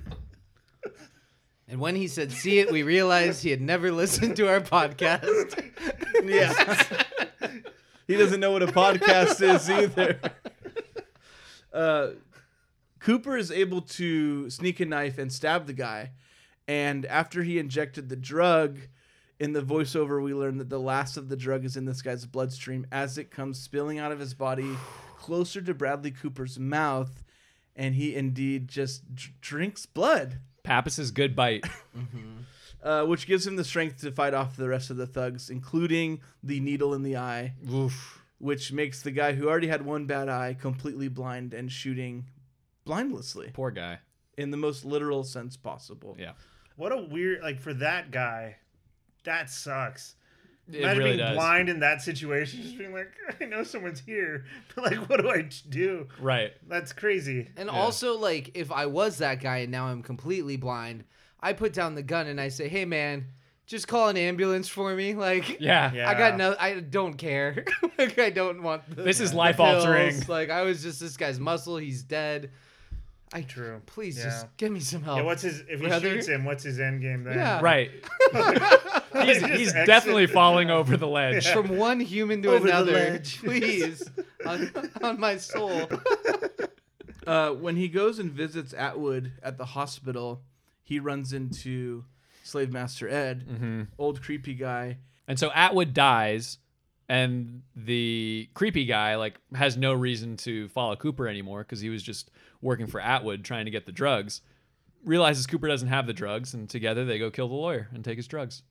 And when he said see it, we realized he had never listened to our podcast. yeah. he doesn't know what a podcast is either. Uh, Cooper is able to sneak a knife and stab the guy. And after he injected the drug, in the voiceover, we learn that the last of the drug is in this guy's bloodstream as it comes spilling out of his body closer to Bradley Cooper's mouth. And he indeed just dr- drinks blood Pappas's good bite. uh, which gives him the strength to fight off the rest of the thugs, including the needle in the eye, which makes the guy who already had one bad eye completely blind and shooting blindlessly Poor guy. in the most literal sense possible. Yeah. what a weird, like, for that guy, that sucks. It Imagine really being does. blind in that situation, just being like, I know someone's here, but like, what do I do? Right. That's crazy. And also, like, if I was that guy and now I'm completely blind, I put down the gun and I say, "Hey, man, just call an ambulance for me." Like, Yeah. I Yeah. got no, I don't care. like, I don't want the, This is the life altering. pills. Like, I was just this guy's muscle. He's dead. I True. Please Yeah. just give me some help. Yeah, what's his? If he Oh, brother. shoots him, what's his end game then? Yeah. Right. he's Just he's exit. definitely falling over the ledge. Yeah. From one human to Over the another, ledge. please, on, on my soul. Uh, when he goes and visits Atwood at the hospital, he runs into Slave Master Ed, old creepy guy. And so Atwood dies, and the creepy guy like has no reason to follow Cooper anymore because he was just working for Atwood trying to get the drugs. Realizes Cooper doesn't have the drugs, and together they go kill the lawyer and take his drugs.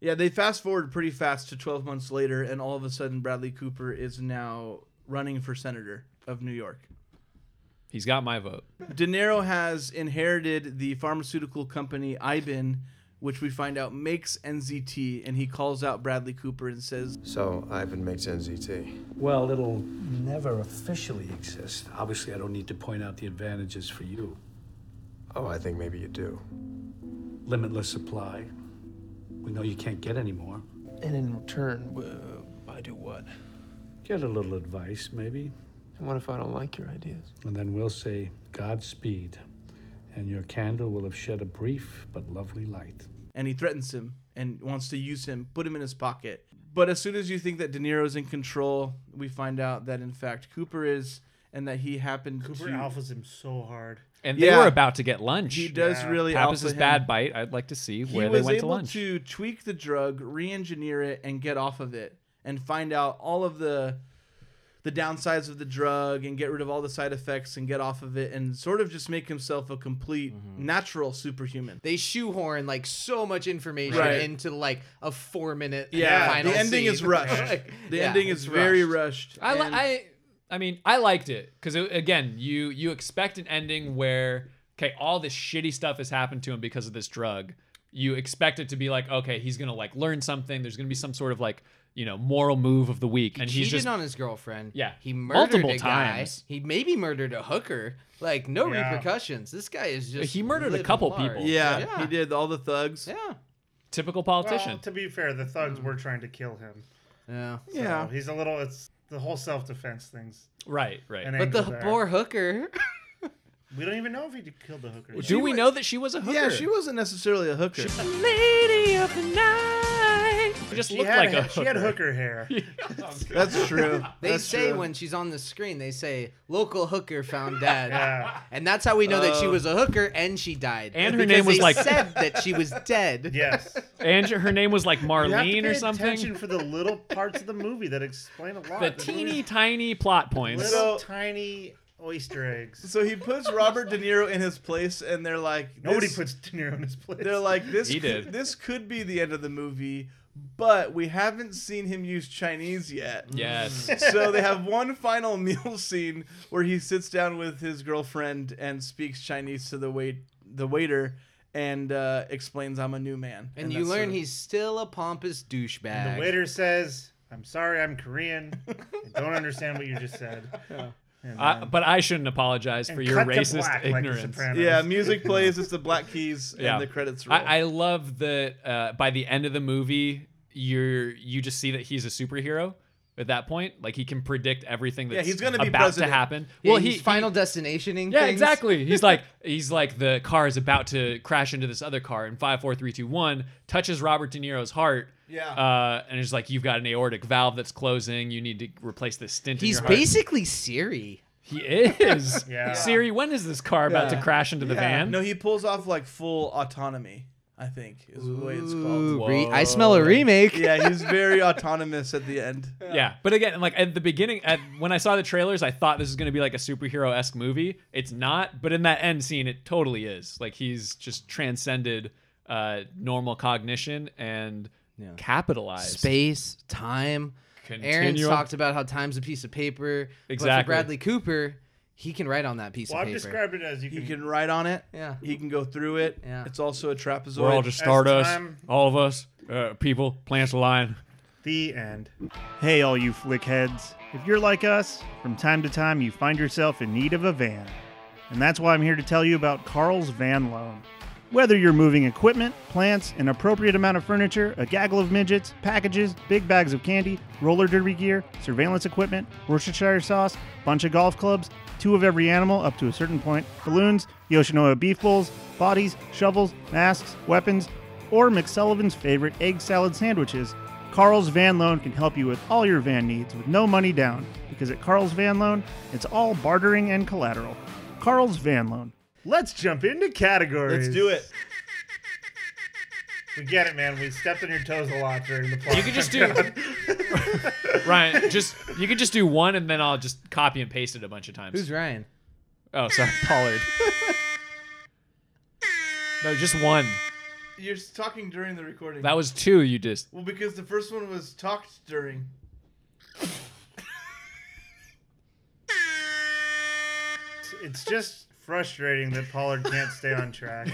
Yeah, they fast forward pretty fast to 12 months later, and all of a sudden, Bradley Cooper is now running for senator of New York. He's got my vote. De Niro has inherited the pharmaceutical company Ibin, which we find out makes NZT, and he calls out Bradley Cooper and says, So Ivan makes NZT. Well, it'll never officially exist. Obviously, I don't need to point out the advantages for you. Oh, I think maybe you do. Limitless supply. We know you can't get any more. And in return, uh, I do what? Get a little advice, maybe. And what if I don't like your ideas? And then we'll say, Godspeed. And your candle will have shed a brief but lovely light. and he threatens him and wants to use him, put him in his pocket. But as soon as you think that De Niro's in control, we find out that in fact Cooper is, and that he happened Cooper to alphas him so hard. And they Yeah. were about to get lunch. He does really Pappas' alpha him. bad bite. I'd like to see he where was they went to able lunch. to tweak the drug, re-engineer it, and get off of it, and find out all of the the downsides of the drug, and get rid of all the side effects, and get off of it, and sort of just make himself a complete natural superhuman. They shoehorn like so much information Right. into like a four minute Yeah, final the ending is scene. rushed. Like, The yeah, ending it's is very rushed. I li- and- I I mean I liked it because again you you expect an ending where okay all this shitty stuff has happened to him because of this drug. You expect it to be like okay he's gonna like learn something. There's gonna be some sort of like you know moral move of the week, and cheated he's just on his girlfriend. Yeah. he murdered Multiple a times. guy. He maybe murdered a hooker. Like no Yeah. repercussions. This guy is just He murdered a living couple large. people. Yeah, Yeah. he did all the thugs. Yeah, typical Well, politician. to be fair, the thugs Mm. were trying to kill him. Yeah. So Yeah. He's a little. It's the whole self defense things. Right, right. An But the angle there. poor hooker. We don't even know if he did- killed the hooker. She wa- Yeah, she was. wasn't necessarily a hooker. Lady of the night. just She looked had like ha- a She had hooker. hooker hair. That's true. They That's say true. when she's on the screen, they say local hooker found dead, Yeah. and that's how we know that she Oh. was a hooker and she died. And her Because name was they like- said that she was dead. Yes, and her name was like You have to Marlene pay or something. Attention for the little parts of the movie that explain a lot. The teeny tiny plot points. little tiny oyster eggs. So he puts Robert De Niro in his place, and they're like, this- Nobody puts De Niro in his place. They're like, this. He could- did. This could be the end of the movie, but we haven't seen him use Chinese yet. Yes. so they have one final meal scene where he sits down with his girlfriend and speaks Chinese to the wait the waiter and uh, explains, "I'm a new man." And, you that's learn sort of- he's still a pompous douchebag. The waiter says, "I'm sorry, I'm Korean. I don't understand what you just said." And I, then- but I shouldn't apologize for And your cut to racist black like The ignorance. Sopranos. Yeah, music plays. It's the black keys yeah. and the credits roll. I, I love that uh, by the end of the movie, you're you just see that he's a superhero at that point. Like he can predict everything that's Yeah, he's gonna be about president. to happen. Yeah, well, he's he final destinationing. yeah, things. exactly. He's like he's like the car is about to crash into this other car, and five, four, three, two, one touches Robert De Niro's heart. Yeah. uh, and it's like you've got an aortic valve that's closing. You need to replace this stint. He's in your heart. basically Siri. He is. Yeah. Siri, when is this car about to Yeah. crash into the Yeah. van? No, he pulls off like full autonomy. I think is the way it's Ooh, called. re- I smell a remake. yeah, he's very autonomous at the end. Yeah, but again, like at the beginning, at, when I saw the trailers, I thought this was going to be like a superhero esque movie. It's not, but in that end scene, it totally is. Like he's just transcended uh, normal cognition and capitalized Space, time. Aaron's Continuum. talked about how time's a piece of paper. But for Exactly. Bradley Cooper, he can write on that piece well, of I've paper. described it as you He can. can ride on it. Yeah. He can go through it. Yeah. It's also a trapezoid. We're all just stardust, all of us, uh, people, plants align. The end. Hey, all you flickheads. If you're like us, from time to time you find yourself in need of a van. And that's why I'm here to tell you about Carl's Van Loan. Whether you're moving equipment, plants, an appropriate amount of furniture, a gaggle of midgets, packages, big bags of candy, roller derby gear, surveillance equipment, Worcestershire sauce, bunch of golf clubs, two of every animal up to a certain point, balloons, Yoshinoya beef bowls, bodies, shovels, masks, weapons, or McSullivan's favorite egg salad sandwiches, Carl's Van Loan can help you with all your van needs with no money down. Because at Carl's Van Loan, it's all bartering and collateral. Carl's Van Loan. Let's jump into categories. Let's do it. We get it, man. We stepped on your toes a lot during the plot. You could just do- Ryan, just you could just do one, and then I'll just copy and paste it a bunch of times. Who's Ryan? Oh, sorry, Pollard. no, just one. You're s- talking during the recording. That was two. You just Well, because the first one was talked during. It's just frustrating that Pollard can't stay on track.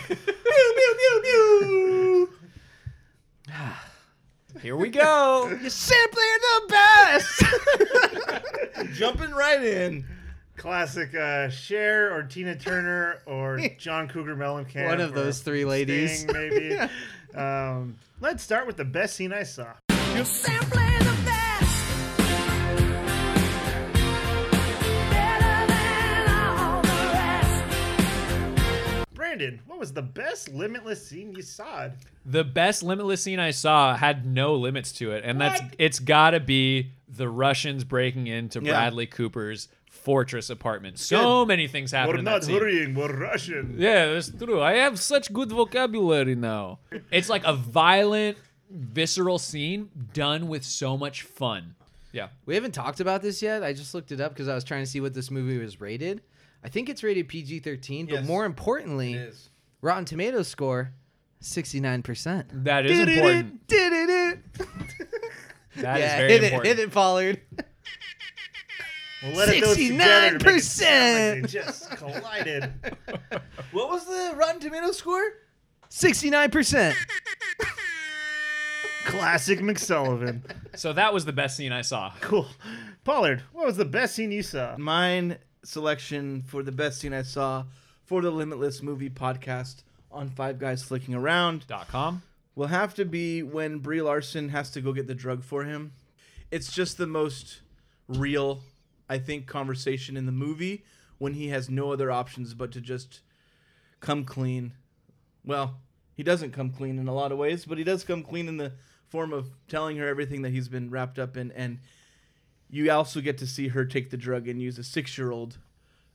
Here we go. You're simply the best. Jumping right in. Classic uh, Cher or Tina Turner or John Cougar Mellencamp. One of or those three ladies. Sting, maybe. um, let's start with the best scene I saw. Brandon, what was the best limitless scene you saw? The best limitless scene I saw had no limits to it, and that's it's got to be the Russians breaking into Yeah. Bradley Cooper's fortress apartment. So many things happen. We're in not that scene. worrying, we're Russian. Yeah, that's true. I have such good vocabulary now. It's like a violent, visceral scene done with so much fun. Yeah. We haven't talked about this yet. I just looked it up because I was trying to see what this movie was rated. I think it's rated PG 13, but more importantly, Rotten Tomatoes score 69%. That is important. Did it, it. That is Yeah, very hit important. It, hit it, Pollard. We'll let it go together to make it sound like 69%. they just collided. What was the Rotten Tomatoes score? 69%. Classic McSullivan. So that was the best scene I saw. Cool. Pollard, what was the best scene you saw? Mine selection for the best scene I saw for the Limitless Movie Podcast on Five Guys Flicking Around .com will have to be when Brie Larson has to go get the drug for him. It's just the most real, I think, conversation in the movie when he has no other options but to just come clean. Well, he doesn't come clean in a lot of ways, but he does come clean in the form of telling her everything that he's been wrapped up in. And you also get to see her take the drug and use a six year old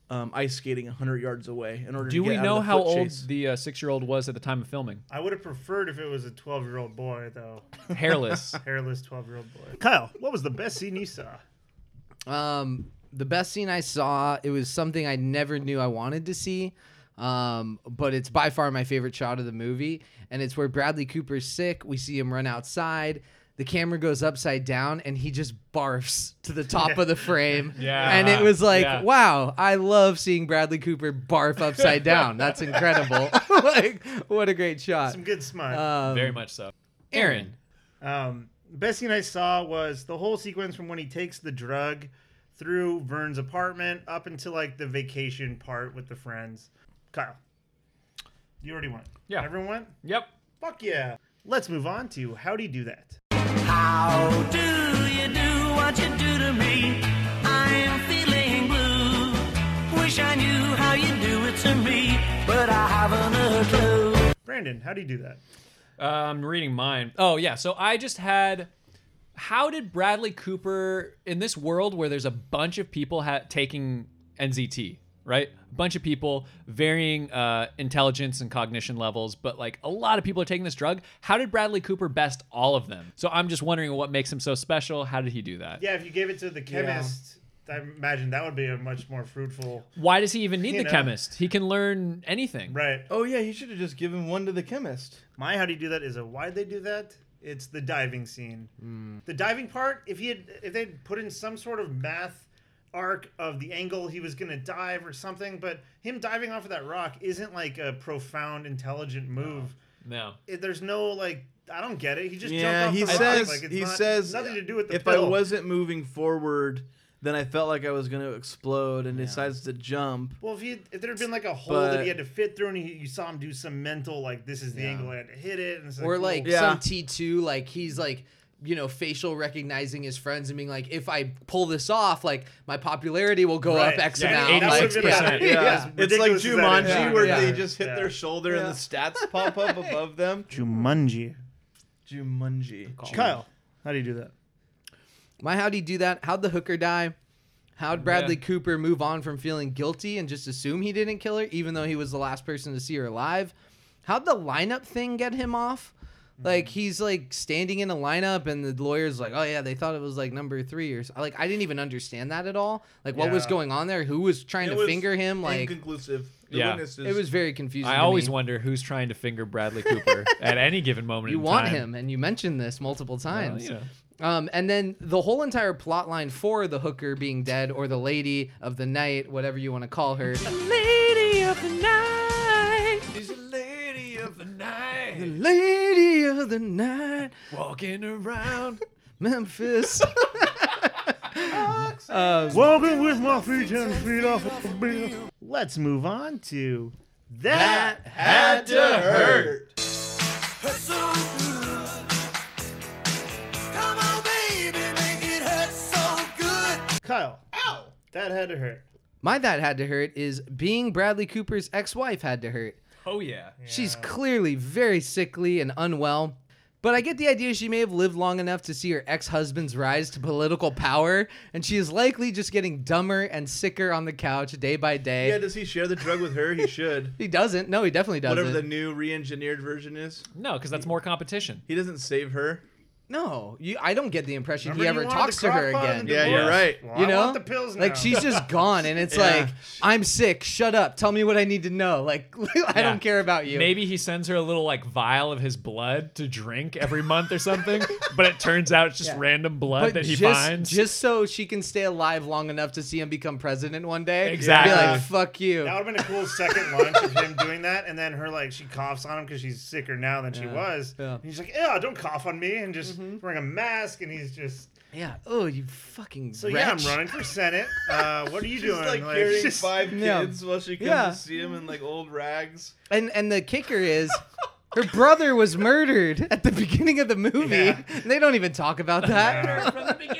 um, ice skating 100 yards away in order Do to get we out of know the how foot old chase. the uh, six-year-old was at the time of filming? I would have preferred if it was a 12 year old boy, though. Hairless. Hairless 12 year old boy. Kyle, what was the best scene you saw? Um, the best scene I saw, it was something I never knew I wanted to see. Um, but it's by far my favorite shot of the movie, and it's where Bradley Cooper's sick. We see him run outside. The camera goes upside down, and he just barfs to the top of the frame. Yeah. and it was like, Yeah. wow, I love seeing Bradley Cooper barf upside down. That's incredible. like, what a great shot. Some good smut. Um, Very much so. Aaron. Um, the best scene I saw was the whole sequence from when he takes the drug through Vern's apartment up until like the vacation part with the friends. Kyle, you already went. Yeah. Everyone went? Yep. Fuck yeah. Let's move on to how do you do that? How do you do what you do to me? I'm feeling blue. Wish I knew how you do it to me, but I haven't a clue. Brandon, how do you do that? Uh, I'm reading mine. Oh yeah, so I just had. How did Bradley Cooper in this world where there's a bunch of people ha- taking NZT, right? A bunch of people, varying uh, intelligence and cognition levels, but like a lot of people are taking this drug. How did Bradley Cooper best all of them? So I'm just wondering what makes him so special. How did he do that? Yeah, if you gave it to the chemist, I imagine that would be a much more fruitful. Why does he even need You the know. chemist? He can learn anything. Right. Oh, yeah, he should have just given one to the chemist. My how do you do that is a why'd they do that? It's the diving scene. Hmm. The diving part, if he had if they'd put in some sort of math arc of the angle he was gonna dive or something, but him diving off of that rock isn't like a profound intelligent move. No. It, there's no like I don't get it. He just yeah, jumped off he the says rock. Like, it's he not- says nothing to do with the if I pill." wasn't moving forward, then I felt like I was going to explode, and decides to jump. Well, if, he, if there had been like a hole that But- he had to fit through, and he, you saw him do some mental like this is the Yeah. angle I had to hit it, and it's like, or cool. like some T two, like he's like you know facial recognizing his friends and being like, if I pull this off, like my popularity will go up Right. X Yeah, amount. 86%. Like, Yeah. It's like ridiculous as that Jumanji is. where Yeah. they just hit Yeah. their shoulder and the stats pop up above them. Jumanji. Jumanji. Kyle, how do you do that? My how'd he do that? How'd the hooker die? How'd Bradley Yeah. Cooper move on from feeling guilty and just assume he didn't kill her, even though he was the last person to see her alive? How'd the lineup thing get him off? Like he's like standing in a lineup, and the lawyer's like, "Oh yeah, they thought it was like number three or so. like I didn't even understand that at all. Like what was Yeah. going on there? Who was trying It to was finger him? Like inconclusive. The Yeah. witnesses- it was very confusing. I to always me. wonder who's trying to finger Bradley Cooper at any given moment. You in want time. Oh, him, and you mentioned this multiple times. yeah. Um, and then the whole entire plot line for the hooker being dead or the lady of the night, whatever you want to call her. Lady of the night. She's a lady of the night. The lady of the night. Walking around Memphis. Walking with my feet ten feet off a bill. Let's move on to that, Had to hurt. Kyle. Ow. That had to hurt. My that had to hurt is being Bradley Cooper's ex-wife had to hurt. Oh yeah. She's clearly very sickly and unwell. But I get the idea she may have lived long enough to see her ex husband's rise to political power, and she is likely just getting dumber and sicker on the couch day by day. Yeah, does he share the drug with her? He should. he doesn't. No, he definitely doesn't. Whatever the new re-engineered version is. No, because that's more competition. He doesn't save her. No, you, I don't get the impression Remember, he you ever wanted talks the to her crock pot again. and the Yeah, you're divorce. right. Well, you I know, want the pills like now. she's just gone, and it's Yeah. like I'm sick. Shut up. Tell me what I need to know. Like I Yeah. don't care about you. Maybe he sends her a little like vial of his blood to drink every month or something, but it turns out it's just Yeah. random blood But that he just, finds. just so she can stay alive long enough to see him become president one day. Exactly. Be like, fuck you. That would have been a cool second lunch of him doing that, and then her like she coughs on him because she's sicker now than she Yeah, was. yeah. Mm-hmm. And he's like, "Yeah, don't cough on me," and just wearing a mask, and he's just. Yeah. Oh, you fucking. So yeah, I'm wretch. running for senate. Uh, what are you She's doing? like carrying just- five Yeah. kids while she comes Yeah. to see him in like old rags. And and the kicker is. Her brother was murdered at the beginning of the movie. They don't even talk about that.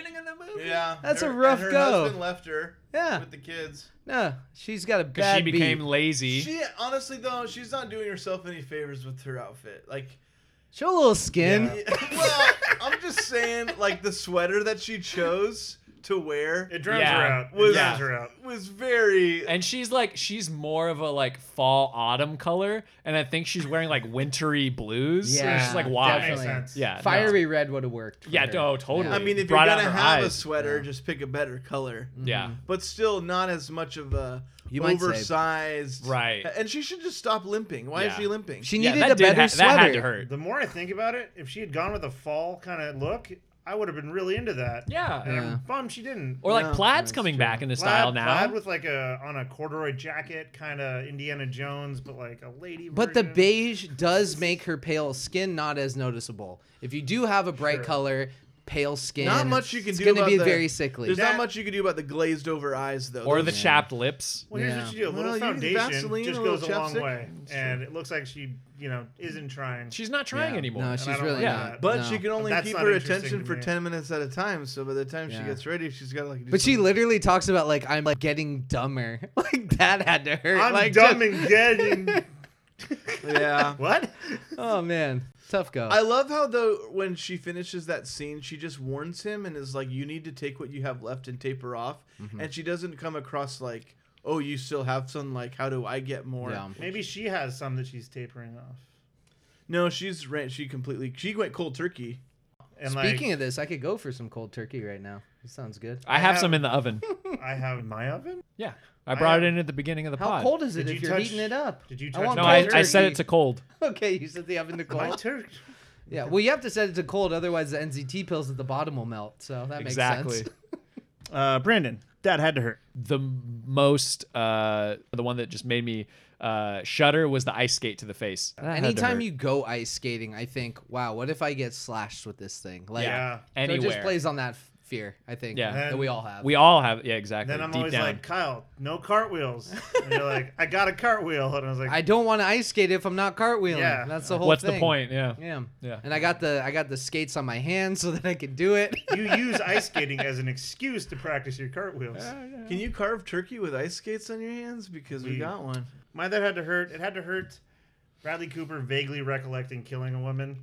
Yeah, That's a her- rough and her go. Husband left her. Yeah. with the kids. No, she's got a Because bad. she became beat. lazy. She honestly though, she's not doing herself any favors with her outfit. Like, Show a little skin. well, I'm just saying, like the sweater that she chose to wear, it drowns her out. It Was, drowns her out. Was very. And she's like, she's more of a like fall autumn color, and I think she's wearing like wintry blues. Yeah, she's like, why? definitely. Yeah, no. fiery red would have worked. for Yeah, her. oh, totally. I mean, if Brought you're out gonna her have a eyes. sweater, just pick a better color. Yeah. but still not as much of a You might say- oversized. Right. And she should just stop limping. Why is Yeah. she limping? She Yeah, needed that a did better ha- that sweater. had to hurt. The more I think about it, if she had gone with a fall kind of look, I would have been really into that. Yeah. and Yeah. I'm bummed she didn't. Or like Yeah. plaid's coming back into style plaid, now. plaid with like a on a corduroy jacket, kind of Indiana Jones, but like a lady. But the version. beige does make her pale skin not as noticeable. If you do have a bright color, pale skin, Not much you can it's do. It's about gonna be the- very sickly. There's not much you can do about the glazed over eyes though. or the Those- chapped lips. Well, here's what you do: a little Well, you can use foundation Vaseline, just a little goes a long chapstick. way, That's and it looks like she, you know, isn't trying. She's not trying Yeah. anymore. No, And I she's don't really like not. that. But No. she can only That's keep not her interesting attention to for me. 10 minutes at a time. So by the time Yeah. she gets ready, she's got to like. do But she something. literally talks about like I'm like getting dumber. like that had to hurt. I'm like dumb just- and dead. and- Yeah. what? Oh man, tough go. I love how though when she finishes that scene, she just warns him and is like, "You need to take what you have left and taper off." Mm-hmm. And she doesn't come across like, "Oh, you still have some. Like, how do I get more?" Yeah. Maybe she has some that she's tapering off. No, she's ran. She completely. She went cold turkey. And Speaking like, of this, I could go for some cold turkey right now. This sounds good. I have some in the oven. I have in my oven. Yeah. I brought have- it in at the beginning of the How pod. cold is it Did if you are touch- heating it up? did you I touch want No, cold I, I said turkey. it's a cold. Okay, you set the oven to My cold. turkey. Yeah, well, you have to set it to cold, otherwise the NZT pills at the bottom will melt. So that makes Exactly. sense. Uh, Brandon, that had to hurt. The m- most, uh, the one that just made me uh, shudder was the ice skate to the face. That had to Anytime hurt. you go ice skating, I think, wow, what if I get slashed with this thing? Like, Yeah. so it Anywhere. just plays on that f- fear, I think, Yeah. that Then- we all have. we all have, yeah, exactly. Then I'm deep always down. like, Kyle, no cartwheels. And you're like, I got a cartwheel, and I was like, I don't want to ice skate if I'm not cartwheeling. Yeah. That's the whole what's the thing. point? Yeah. Yeah. Yeah. And I got the I got the skates on my hands so that I can do it. you use ice skating as an excuse to practice your cartwheels. Can you carve turkey with ice skates on your hands? Because we, We- got one. My that had to hurt. It had to hurt. Bradley Cooper vaguely recollecting killing a woman.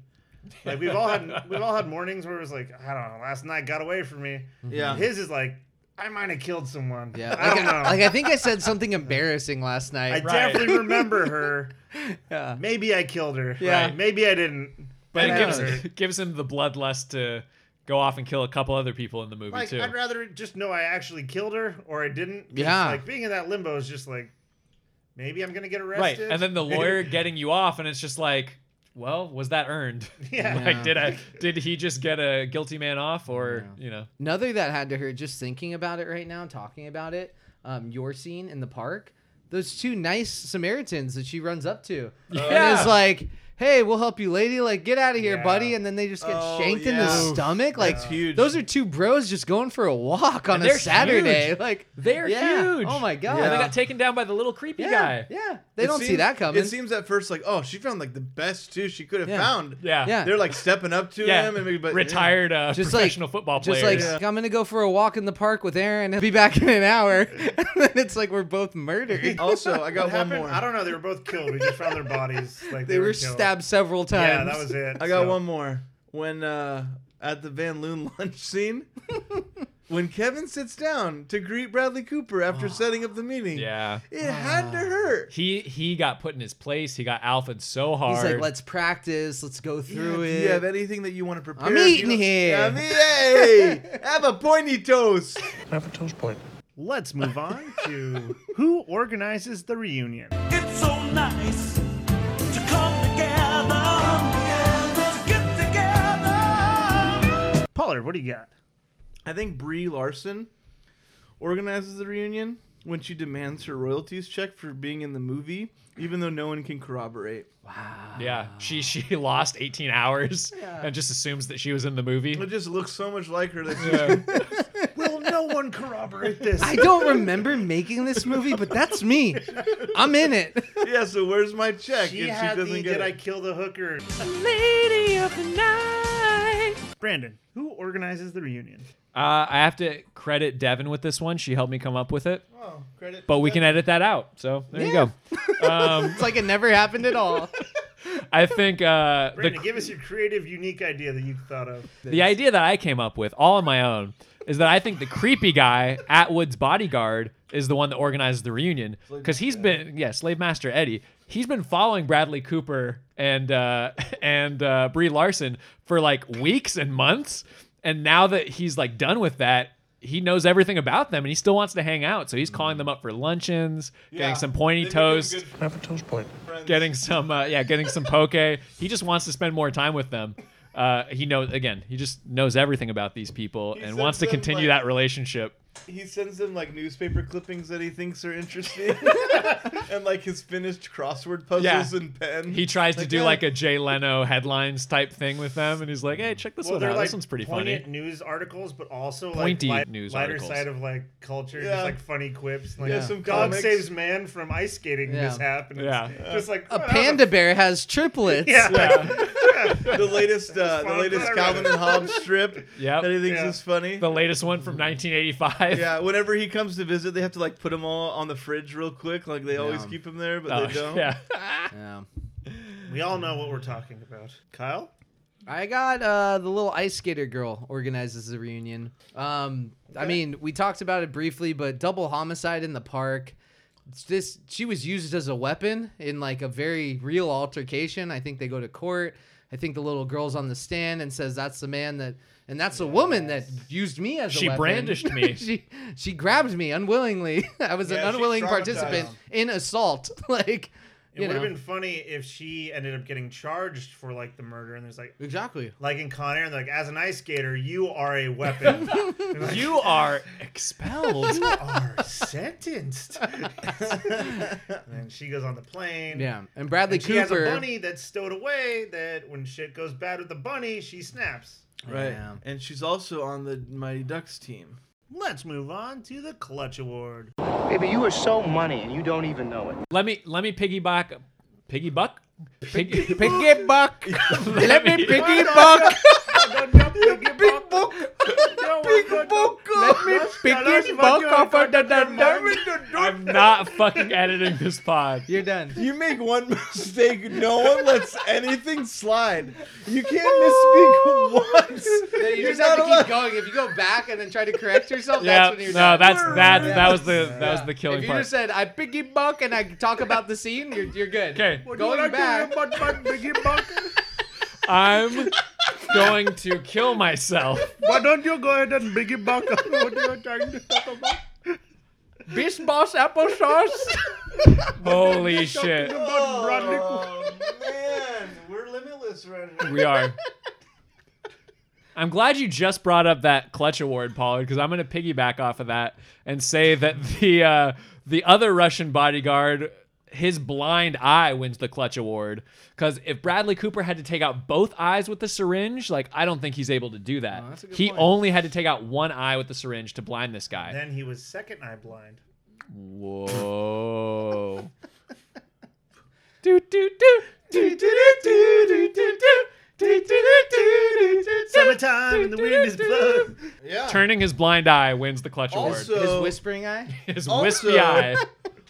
Like we've all had we've all had mornings where it was like I don't know last night got away from me. Yeah. His is like I might have killed someone. Yeah. Like I don't know. like, I think I said something embarrassing last I night. definitely remember her. Yeah. Maybe I killed her. Yeah. Right. Maybe I didn't. But it That gives, had to hurt. it gives him the bloodlust to go off and kill a couple other people in the movie, like too. I'd rather just know I actually killed her or I didn't. 'Cause, Yeah. Like being in that limbo is just like maybe I'm gonna get Right. arrested. And then the lawyer getting you off, and it's just like, well, was that earned? Yeah. like, Yeah. did I did he just get a guilty man off, or you know? Another that had to hurt just thinking about it right now, talking about it. Um, your scene in the park, those two nice Samaritans that she runs up to, and Yeah. is like, hey, we'll help you, lady. Like, get out of here, Yeah. buddy. And then they just get Oh, shanked in the yeah. stomach. Like, That's huge. those are two bros just going for a walk on And a they're Saturday. huge. Like, they're yeah. huge. Oh my god. And they got taken down by the little creepy guy. Yeah. They It don't see seems- that coming. It seems at first like, oh, she found like the best two she could have Yeah. found. Yeah. Yeah. They're like stepping up to Yeah. him and maybe, but Retired, uh, Just like- professional football Just like Yeah. I'm gonna go for a walk in the park with Aaron. I'll be back in an hour. and then it's like we're both murdered. Also, I got one What happened? more. I don't know. They were both killed. We just found their bodies. Like They were killed. stabbed several Yeah, times. that was it. I got so. one more. When uh, at the Van Loon lunch scene, when Kevin sits down to greet Bradley Cooper after setting up the meeting, Ah. Yeah. it had to hurt. He he got put in his place. He got alphaed so hard. He's like, let's practice. Let's go through Do it. you have anything that you want to prepare? I'm If you eating don't- here. Yeah, I'm eat- hey, have a pointy toast. Have a toast point. Let's move on to who organizes the reunion. It's so nice to come together. To get together. Pollard, what do you got? I think Brie Larson organizes the reunion when she demands her royalties check for being in the movie, even though no one can corroborate. yeah. She she lost 18 hours and just assumes that she was in the movie. It just looks so much like her that she Will no one corroborate this? I don't remember making this movie, but that's me. I'm in it. yeah, so where's my check? She had the did I kill the hooker? Lady of the night. Brandon, who organizes the reunion? Uh, I have to credit Devin with this one. She helped me come up with it. Oh, credit. But we can edit that out. So there you go. Um, It's like it never happened at all. I think uh, the Brandon, give us your creative, unique idea that you thought of. The idea that I came up with, all on my own, is that I think the creepy guy, Atwood's bodyguard, is the one that organizes the reunion because he's been, yeah, slave master Eddie. He's been following Bradley Cooper and uh, and uh, Brie Larson for like weeks and months, and now that he's like done with that. He knows everything about them, and he still wants to hang out. So he's calling them up for luncheons, Yeah. getting some pointy They become toast, good Have a toast point. getting some uh, yeah getting some poke he just wants to spend more time with them uh, he knows again he just knows everything about these people and sends wants to them, continue like- that relationship He sends them like newspaper clippings that he thinks are interesting, and like his finished crossword puzzles Yeah. and pen. he tries to do yeah. like a jay leno headlines type thing with them and he's like hey check this well, one they're out like this one's pretty funny poignant news articles, but also Pointy like light, news lighter articles. side of like culture, Yeah. just like funny quips. Like Yeah, some dog comics. saves man from ice skating Yeah. mishap, and Yeah. it's just like A wow, panda bear has triplets. Yeah. the latest, uh, the latest Calvin and Hobbes strip Yep. that he thinks Yeah. is funny. the latest one from 1985 Yeah, whenever he comes to visit, they have to like put him all on the fridge real quick. Like they always Yeah. keep him there, but Oh, they don't. yeah Yeah. We all know what we're talking about. Kyle, I got uh, the little ice skater girl organizes the reunion. Um, I mean, we talked about it briefly, but double homicide in the park. It's this she was used as a weapon in like a very real altercation. I think they go to court. I think the little girl's on the stand and says that's the man that and that's the woman that used me as a She weapon." brandished me. she she grabbed me unwillingly. I was Yeah, an she's unwilling traumatized. participant in assault. like it you would know. have been funny if she ended up getting charged for like the murder, and there's like. exactly. Like in Con Air, they're like, as an ice skater, you are a weapon. You're like, you are expelled you are sentenced. and she goes on the plane. Yeah. And Bradley And she Cooper has a bunny that's stowed away that when shit goes bad with the bunny, she snaps. Right. Yeah. And she's also on the Mighty Ducks team. Let's move on to the Clutch Award. Baby, you are so money and you don't even know it. let me let me piggyback piggyback Piggy, Piggy buck. Let me piggy buck. Big book. Big book. Let me piggy buck off of the diamond. I'm not fucking editing this pod. You're done. You make one mistake, no one lets anything slide. You can't misspeak once. Yeah, you You're just have not to keep allowed- going. If you go back and then try to correct yourself, Yeah, that's when you're no, done. that's that. That was the that was the killing if you part. just said I piggy buck and I talk about the scene, you're, you're good. 'Kay. Going back. I'm going to kill myself. Why don't you go ahead and biggie buck on what you were trying to talk about? Bish boss applesauce. Holy shit, About Bradley Cooper. man, we're limitless right now. we are. I'm glad you just brought up that clutch award, Pollard, because I'm going to piggyback off of that and say that the uh, the other Russian bodyguard his blind eye wins the clutch award because if Bradley Cooper had to take out both eyes with the syringe, like I don't think he's able to do Oh, that. that's a good he point. only had to take out one eye with the syringe to blind this guy. Then he was second eye blind. Whoa. Do do do do do do do do do do do do Summertime and the wind is blowing. Yeah. Turning his blind eye wins the clutch Also, award. whispering eye? His wispy eye.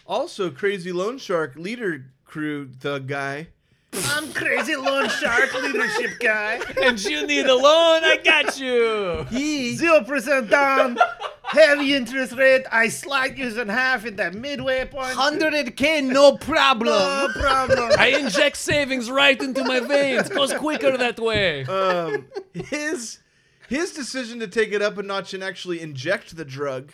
Also, Crazy Lone Shark leader crew thug guy. I'm crazy lone shark leadership guy. And you need a loan, I got you. He zero percent down, heavy interest rate. I slide you in half in that midway point. 100k, no problem. No problem. I inject savings right into my veins. Goes quicker that way. Um, his his decision to take it up a notch and actually inject the drug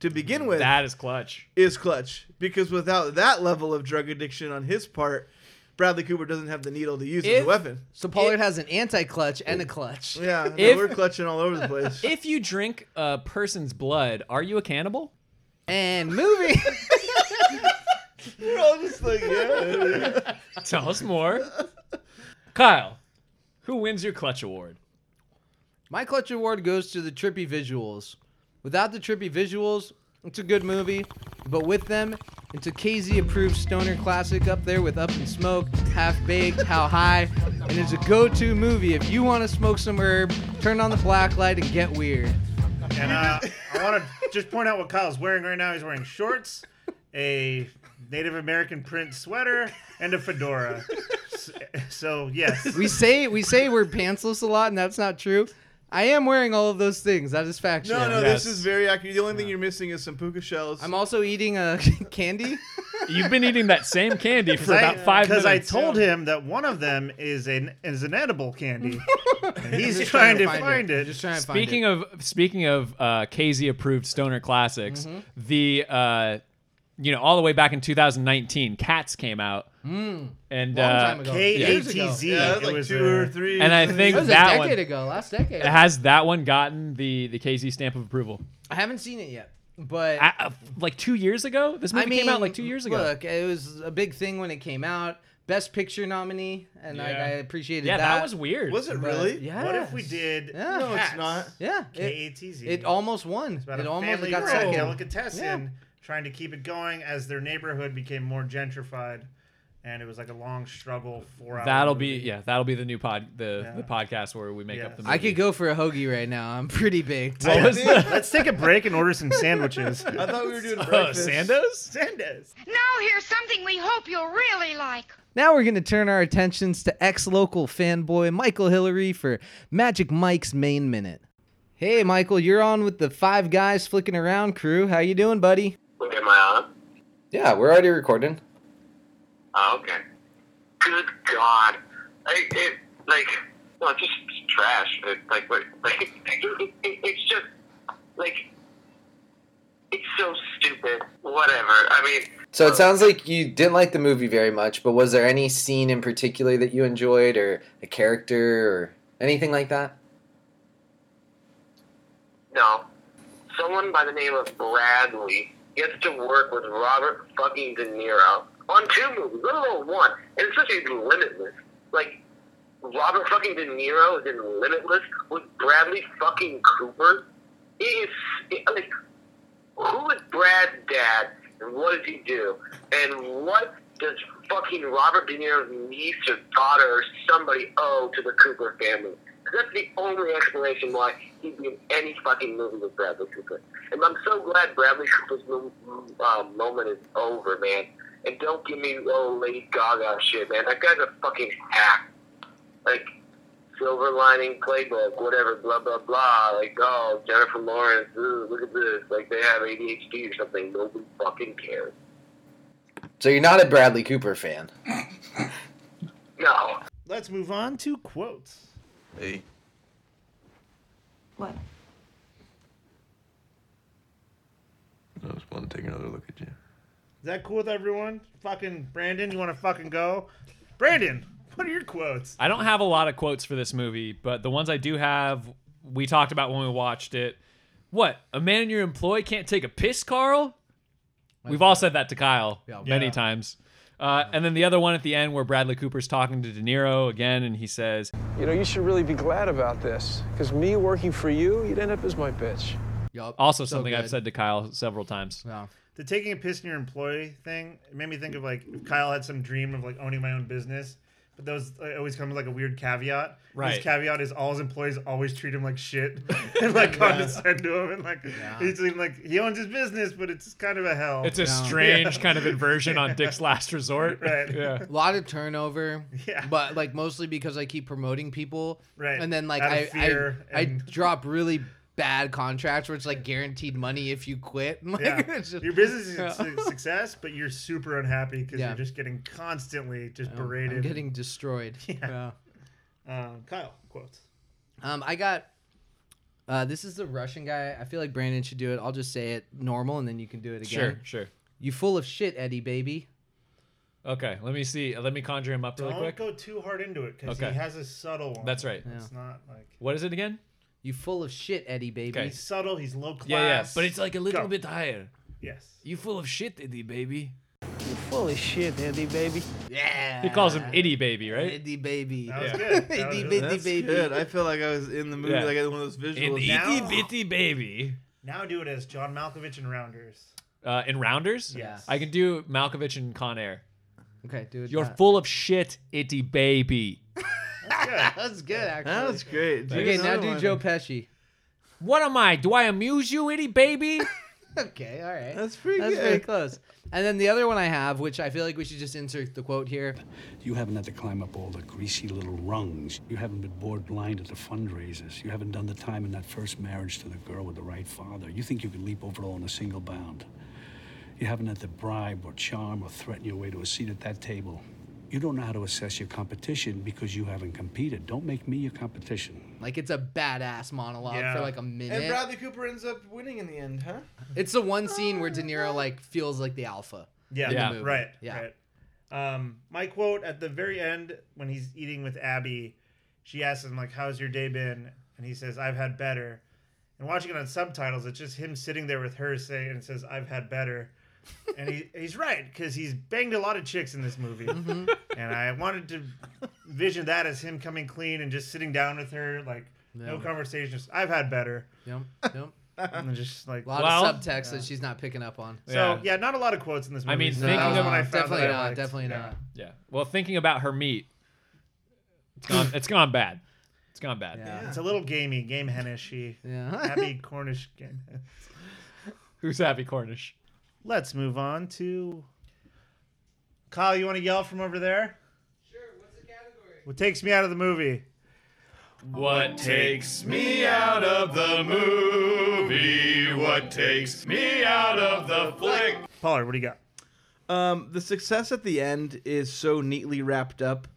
to begin with That is clutch. is clutch because without that level of drug addiction on his part, Bradley Cooper doesn't have the needle to use as If- a weapon. So Pollard has an anti-clutch and a clutch. Yeah, no, If- we're clutching all over the place. If you drink a person's blood, are you a cannibal? And movie. You're all just like, yeah. Tell us more. Kyle, who wins your clutch award? My clutch award goes to the trippy visuals. Without the trippy visuals, it's a good movie, but with them, it's a KZ approved stoner classic up there with Up in Smoke, Half Baked, How High, and it's a go to movie if you want to smoke some herb, turn on the black light, and get weird. And uh, I want to just point out what Kyle's wearing right now. He's wearing shorts, a Native American print sweater, and a fedora. So, so, yes, We say we say we're pantsless a lot, and that's not true. I am wearing all of those things. That is factual. No, no, this is very accurate. The only thing you're missing is some puka shells. I'm also eating a candy. You've been eating that same candy for about five Because minutes. I told him that one of them is an is an edible candy. And he's trying, to find, it. Just trying to find Speaking of speaking of uh, KZ approved stoner classics, Mhm. the uh, you know all the way back in 2019, Cats came out. Mm. And Long uh, time ago. Years ago. KATZ. Yeah, that's It like was, two uh, or three. and I something. think That was a that decade one ago, last decade. has that one gotten the the KZ stamp of approval? I haven't seen it yet, but I, uh, like two years ago, this movie came out like two years ago. Look, it was a big thing when it came out. Best Picture nominee, and like, Yeah. I appreciated Yeah, that. that was weird. Was it But- really? uh, Yeah. What if we did? Yeah. No, it's not. Yeah. It, KATZ. it almost won. about It a almost family got of second. delicatessen Yeah. trying to keep it going as their neighborhood became more gentrified, and it was like a long struggle. Four hours. That'll be yeah. That'll be the new pod the, the podcast where we make up the. Movie. I could go for a hoagie right now. I'm pretty baked. What was the- Let's take a break and order some sandwiches. I thought we were doing Uh, Oh, breakfast. Sandoz? Sandoz. Now here's something we hope you'll really like. Now we're going to turn our attentions to ex-local fanboy Michael Hillary for Magic Mike's main minute. Hey, Michael, you're on with the Five Guys Flicking Around crew. How you doing, buddy? Am I on? Yeah, we're already recording. Oh, okay. Good God. I, it, like, no, it's just it's trash. It, like, what, like it, it's just, like, it's so stupid. Whatever. I mean, So it sounds like you didn't like the movie very much, but was there any scene in particular that you enjoyed, or a character, or anything like that? no. Someone by the name of Bradley gets to work with Robert fucking De Niro on two movies, let alone one. And it's such a limitless. Like, Robert fucking De Niro is in Limitless with Bradley fucking Cooper. It is it, like, who is Brad's dad and what does he do? And what does fucking Robert De Niro's niece or daughter or somebody owe to the Cooper family? 'Cause That's the only explanation why he'd be in any fucking movie with Bradley Cooper. And I'm so glad Bradley Cooper's mo- uh, moment is over, man. And don't give me old Lady Gaga shit, man. That guy's a fucking hack. Like, Silver Lining Playbook, whatever, blah blah blah. Like, oh, Jennifer Lawrence, ooh, look at this. Like, they have ADHD or something. Nobody fucking cares. So you're not a Bradley Cooper fan. No. Let's move on to quotes. Hey. What? I was wanting to take another look at you. Is that cool with everyone? Fucking Brandon, you want to fucking go? Brandon, what are your quotes? I don't have a lot of quotes for this movie, but the ones I do have, we talked about when we watched it. What? A man in your employ can't take a piss, Carl? We've all said that to Kyle many times. Uh, and then the other one at the end where Bradley Cooper's talking to De Niro again, and he says, You know, you should really be glad about this, because me working for you, you'd end up as my bitch. Yup. also something I've said to Kyle several times. The taking a piss in your employee thing it made me think of like if Kyle had some dream of like owning my own business, but those I always come with like a weird caveat. Right. His caveat is all his employees always treat him like shit and like condescend to him and like he seemed like he owns his business, but it's kind of a hell. It's a Yeah. strange Yeah. kind of inversion on Dick's Last Resort. Right. Yeah. A lot of turnover. Yeah. But like mostly because I keep promoting people. Right. And then like Out of I, fear I, and- I drop really bad contracts where it's like guaranteed money if you quit. Like, Yeah. it's just- your business is Yeah. a su- success, but you're super unhappy because Yeah. Oh, you're just getting constantly just I'm- I'm berated. and- getting destroyed. Yeah. Um, Kyle quotes. Um, I got. Uh, this is the Russian guy. I feel like Brandon should do it. I'll just say it normal, and then you can do it again. Sure, sure. You full of shit, Eddie baby. Okay, let me see. Let me conjure him up really Don't quick. go too hard into it because Okay. he has a subtle one. That's right. It's not like What is it again? You full of shit, Eddie baby. he's subtle. He's low class. Yeah, yeah, but it's like a little Go. bit higher. Yes. You full of shit, Eddie baby. You full of shit, Andy baby. Yeah. He calls him Uh, Itty baby, right? Itty baby. Oh, That was good. That was good. That's good. I feel like I was in the movie, like I had had one of those visuals. itty bitty baby. Now do it as John Malkovich and Rounders. Uh, in Rounders? Yes. I can do Malkovich and Con Air. Okay, do it. You're that. full of shit, itty baby. That's good. Actually, That was great. Okay, now do Joe Pesci. What am I? Do I amuse you, itty baby? okay, all right. That's pretty That's good. pretty close. And then the other one I have, which I feel like we should just insert the quote here. You haven't had to climb up all the greasy little rungs. You haven't been bored blind at the fundraisers. You haven't done the time in that first marriage to the girl with the right father. You think you could leap over it all in a single bound. You haven't had to bribe or charm or threaten your way to a seat at that table. You don't know how to assess your competition because you haven't competed. Don't make me your competition. Like it's a badass monologue for like a minute. And Bradley Cooper ends up winning in the end, huh? it's the one scene where De Niro like feels like the alpha. Yeah, in the yeah, movie. right, Yeah. right. Um, my quote at the very end when he's eating with Abby, she asks him like, "How's your day been?" And he says, "I've had better." And watching it on subtitles, it's just him sitting there with her saying, and says, "I've had better." and he, he's right because he's banged a lot of chicks in this movie, Mm-hmm. and I wanted to vision that as him coming clean and just sitting down with her, like no Yeah. conversations. I've had better. Yep. Yep. And just like a lot of subtext that she's not picking up on. So yeah. not a lot of quotes in this movie. I mean, so that thinking was of one I found definitely that I not. liked. Definitely Yeah. not. Yeah. Well, thinking about her meat, it's gone. it's gone bad. It's gone bad. It's a little gamey, game hennishy. Yeah. Happy Cornish game. Who's happy Cornish? Let's move on to Kyle, you want to yell from over there? Sure, what's the category? What takes me out of the movie? What takes me out of the movie? What takes me out of the flick? Pollard, what do you got? Um, the success at the end is so neatly wrapped up.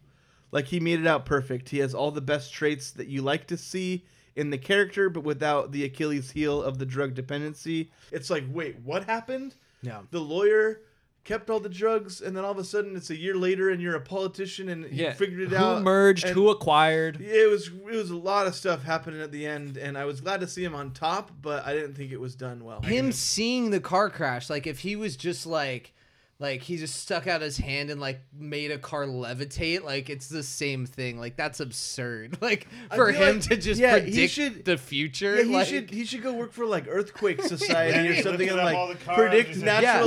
Like he made it out perfect. He has all the best traits that you like to see in the character, but without the Achilles heel of the drug dependency. It's like, wait, what happened? Yeah. The lawyer kept all the drugs, and then all of a sudden, it's a year later, and you're a politician, and you Yeah. figured it Who out. merged? and- Who acquired? it was it was a lot of stuff happening at the end, and I was glad to see him on top, but I didn't think it was done well. Him seeing the car crash, like if he was just like, like he just stuck out his hand and like made a car levitate, like it's the same thing. Like that's absurd. Like I for feel him like- to just yeah, he predict should- the future. Yeah, he like, should he should go work for like Earthquake Society Yeah, or he something lifted and up all the like cars, predict he's like, natural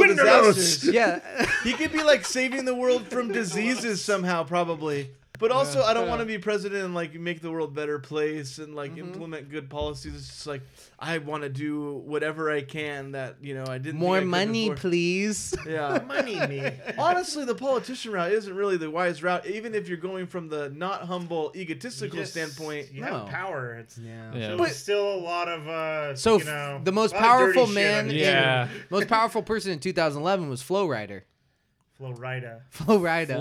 Windows! disasters. Yeah, he could be like saving the world from diseases somehow, probably. But also, I don't want to be president and like make the world a better place and Mm-hmm. like implement good policies. It's just like I want to do whatever I can that you know I didn't. think I More could money, before. please. Yeah. Money me. Honestly, the politician route isn't really the wise route, even if you're going from the not humble, egotistical Just- standpoint. You have power. It's yeah. Yeah. So But- it's still a lot of uh So you f- know, the most a lot of dirty powerful shit man, on in- the internet. most powerful person in 2011 was Flow Rider. Florida. Flow Rider.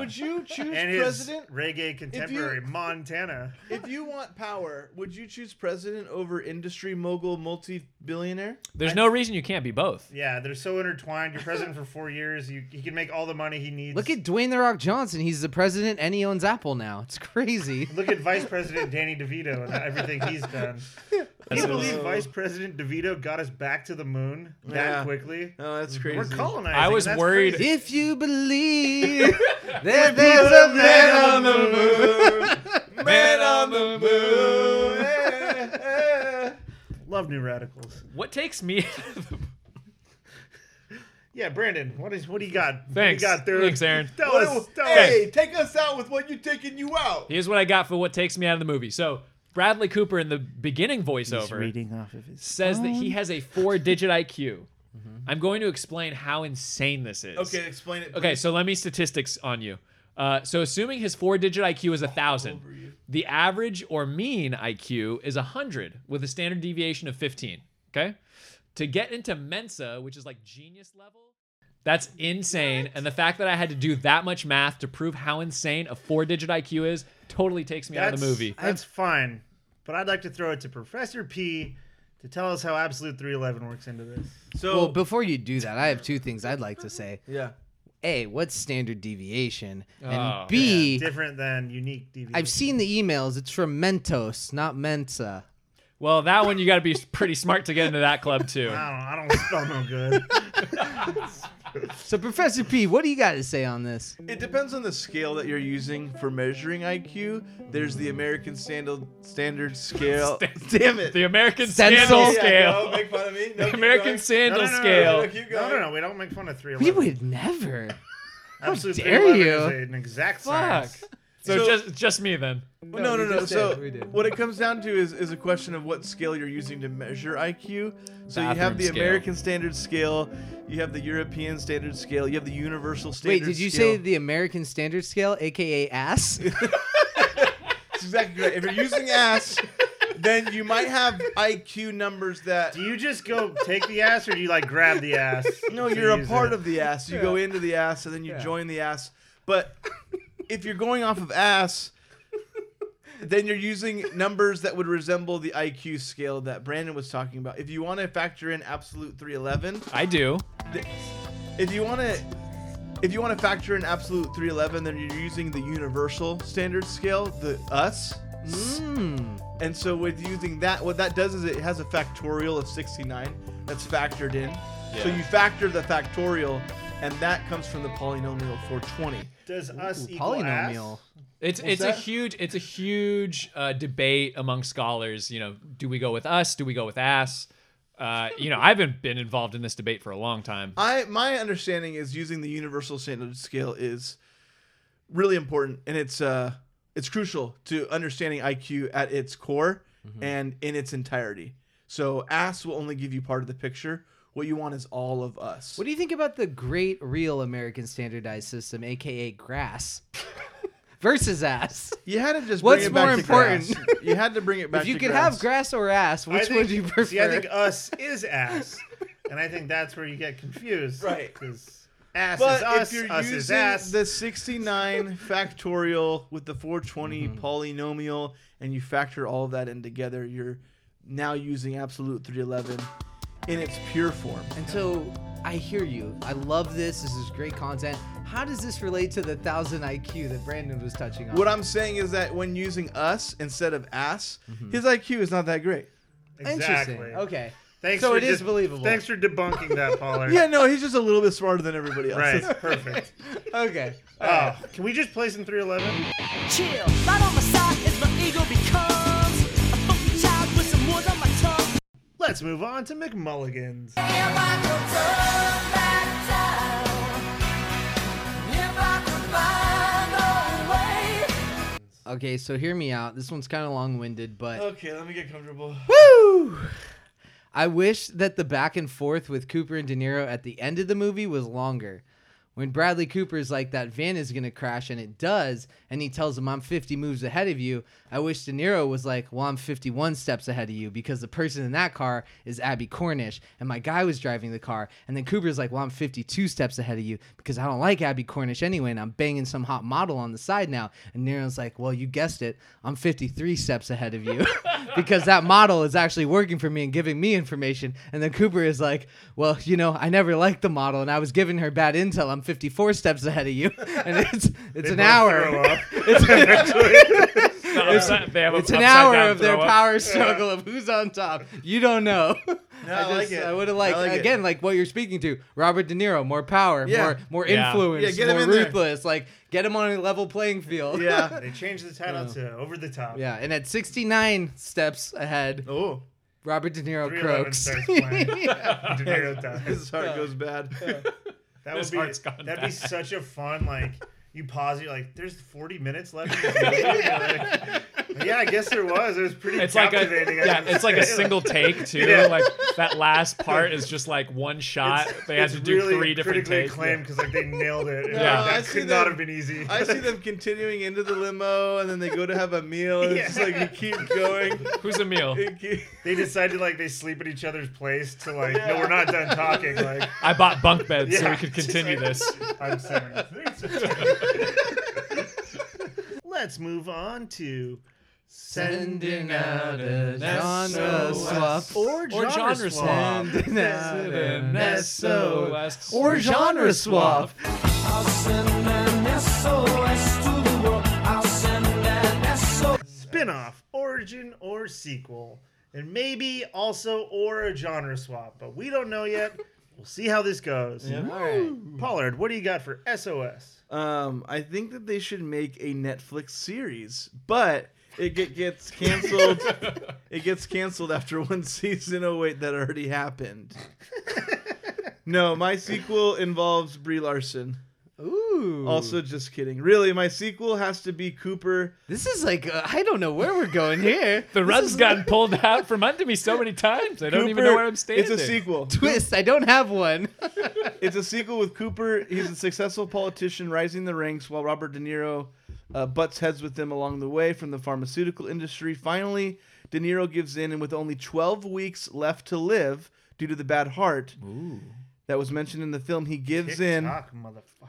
Would you choose and his president? reggae contemporary Montana. If you want power, would you choose president over industry mogul, multi-billionaire? There's no reason you can't be both. Yeah, they're so intertwined. You're president for four years. You he can make all the money he needs. Look at Dwayne the Rock Johnson. He's the president and he owns Apple now. It's crazy. Look at Vice President Danny DeVito and everything he's done. Can you That's- believe Vice President DeVito got us back to the moon that Yeah. quickly? Oh, that's crazy. We're colonizing. I was and that's worried. crazy. you believe that there's a man on the moon, man on the moon. Love new radicals. What takes me? yeah, Brandon, what is what do you got? What do you Thanks. got there? Thanks, Aaron. Tell What- us. Tell hey, us. Take us out with what you taking you out. Here's what I got for what takes me out of the movie. So Bradley Cooper in the beginning voiceover reading off of his says that phone. he has a four-digit IQ. I'm going to explain how insane this is. Okay, explain it. Okay, so let me statistics on you. Uh, so assuming his four-digit IQ is a thousand, the average or mean IQ is hundred with a standard deviation of 15. Okay, to get into Mensa, which is like genius level. That's insane. And the fact that I had to do that much math to prove how insane a four digit IQ is totally takes me out of the movie. That's fine, but I'd like to throw it to Professor P to tell us how Absolute 311 works into this. So, well, before you do that, I have two things I'd like to say. Yeah. A, what's standard deviation? Oh. and B, Yeah, different than unique deviation. I've seen the emails. It's from Mentos, not Mensa. Well, that one you got to be pretty smart to get into that club too. I don't, I don't spell no good. So, Professor P, what do you got to say on this? It depends on the scale that you're using for measuring IQ. There's the American Standard Standard Scale. Damn it! The American Standard Stencil. Scale. no, make fun of me. No, The keep American going. Sandal no, no, no, Scale. No, no, no, no, no, we don't make fun of 311. We would never. How Absolute dare 311 you? Is an exact Fuck. science. So, So- just just me then. Well, no, no, no. So what it comes down to is, is a question of what scale you're using to measure IQ. So you Bathroom have the scale. American Standard Scale, you have the European Standard Scale, you have the Universal Standard. Wait, did you scale. say the American Standard Scale, aka ass? That's exactly right. If you're using ass, then you might have IQ numbers that. Do you just go take the ass or do you like grab the ass? No, to you're a use part it? of the ass. You go into the ass and then you Yeah. join the ass. But if you're going off of ass, then you're using numbers that would resemble the IQ scale that Brandon was talking about. If you want to factor in absolute 311, I do. th- if you want to if you want to factor in absolute 311, then you're using the universal standard scale, the us. And so with using that, what that does is it has a factorial of 69 that's factored in. So Yeah. you factor the factorial, and that comes from the polynomial 420. Does us equal ass? It's What's it's a that? huge it's a huge uh, debate among scholars. You know, do we go with us? Do we go with ass? Uh, you know, I've been been involved in this debate for a long time. I my understanding is using the universal standard scale is really important and it's uh it's crucial to understanding IQ at its core Mm-hmm. and in its entirety. So ass will only give you part of the picture. What you want is all of us. What do you think about the great real American standardized system, aka grass, versus ass? You had to just What's bring it more back important? To grass. You had to bring it back if you to could grass. have grass or ass, I which think- would you prefer? See, I think us is ass, and I think that's where you get confused. Right. Because ass but is us, if you're us using is ass. the 69 factorial with the 420 Mm-hmm. polynomial and you factor all of that in together, you're now using absolute 311 in its pure form. And so I hear you. I love this. This is great content. How does this relate to the thousand IQ that Brandon was touching on? What I'm saying is that when using us instead of ass, Mm-hmm. his IQ is not that great. exactly. Interesting. Okay. Thanks so for it is de- believable. Thanks for debunking that, Pollard. Yeah, no, he's just a little bit smarter than everybody else. Right. Perfect. okay. Oh, can we just play some 311? Chill, right on my side as my ego becomes a funky child with some wood on my tongue. Let's move on to McMulligans. If I could turn back time, if I could find a way. Okay, so hear me out. This one's kind of long winded, but Okay, let me get comfortable. Woo! I wish that the back and forth with Cooper and De Niro at the end of the movie was longer. When Bradley Cooper's like, that van is going to crash, and it does, and he tells him, I'm 50 moves ahead of you, I wish De Niro was like, Well, I'm 51 steps ahead of you because the person in that car is Abby Cornish, and my guy was driving the car. And then Cooper's like, Well, I'm 52 steps ahead of you because I don't like Abby Cornish anyway, and I'm banging some hot model on the side now. And De Niro's like, Well, you guessed it, I'm 53 steps ahead of you. because that model is actually working for me and giving me information. And then Cooper is like, well, you know, I never liked the model and I was giving her bad intel. I'm 54 steps ahead of you. And it's it's They an both hour. throw up. it's Actually. it's- Upside- they have a it's an upside hour down of their throw up. power struggle of who's on top. You don't know. No, I like it. I would have liked I like it. again, like what you're speaking to, Robert De Niro, more power, Yeah. more more Yeah. influence, Yeah, get him more in there. ruthless. Like get him on a level playing field. Yeah, they changed the title to Over the Top. yeah, and at 69 steps ahead, oh, Robert De Niro 311 croaks. starts playing. Yeah. De Niro dies. His heart goes bad. That His would be heart's gone that'd be bad. such a fun like. You pause. You're like, "There's 40 minutes left." in this movie?" You're like, yeah, I guess there was. It was pretty It's like a captivating. I yeah, would it's like a say. single take too. Yeah. Like that last part is just like one shot. they had It's to do really three different critically takes. acclaimed because like they nailed it. Yeah. yeah, No, that I could see not them- have been easy. I see them continuing into the limo, and then they go to have a meal, and it's just like you keep going. Who's a meal? They decided like they sleep at each other's place to like, no, we're not done talking. Like, I bought bunk beds so we Yeah. could continue this. I'm seven. Let's move on to Sending out a genre swap. or Or genre, genre swap. swap. Sending out an SOS. or genre swap. I'll send an SOS to the world. I'll send an SOS. spin-off, origin or sequel, and maybe also or a genre swap, but we don't know yet. We'll see how this goes. Yeah. All Pollard, what do you got for SOS? Um, I think that they should make a Netflix series, but it get, gets canceled. it gets canceled after one season. Oh wait, that already happened. no, my sequel involves Brie Larson. Ooh. Also, just kidding. Really, my sequel has to be Cooper. This is like uh, I don't know where we're going here. The rug's gotten pulled out from under me so many times. I don't even know Cooper, where I'm standing. It's a sequel. Twist. I don't have one. it's a sequel with Cooper. He's a successful politician rising the ranks while Robert De Niro uh, butts heads with him along the way from the pharmaceutical industry. Finally, De Niro gives in, and with only 12 weeks left to live due to the bad heart that was mentioned in the film, he gives in. TikTok, motherfucker.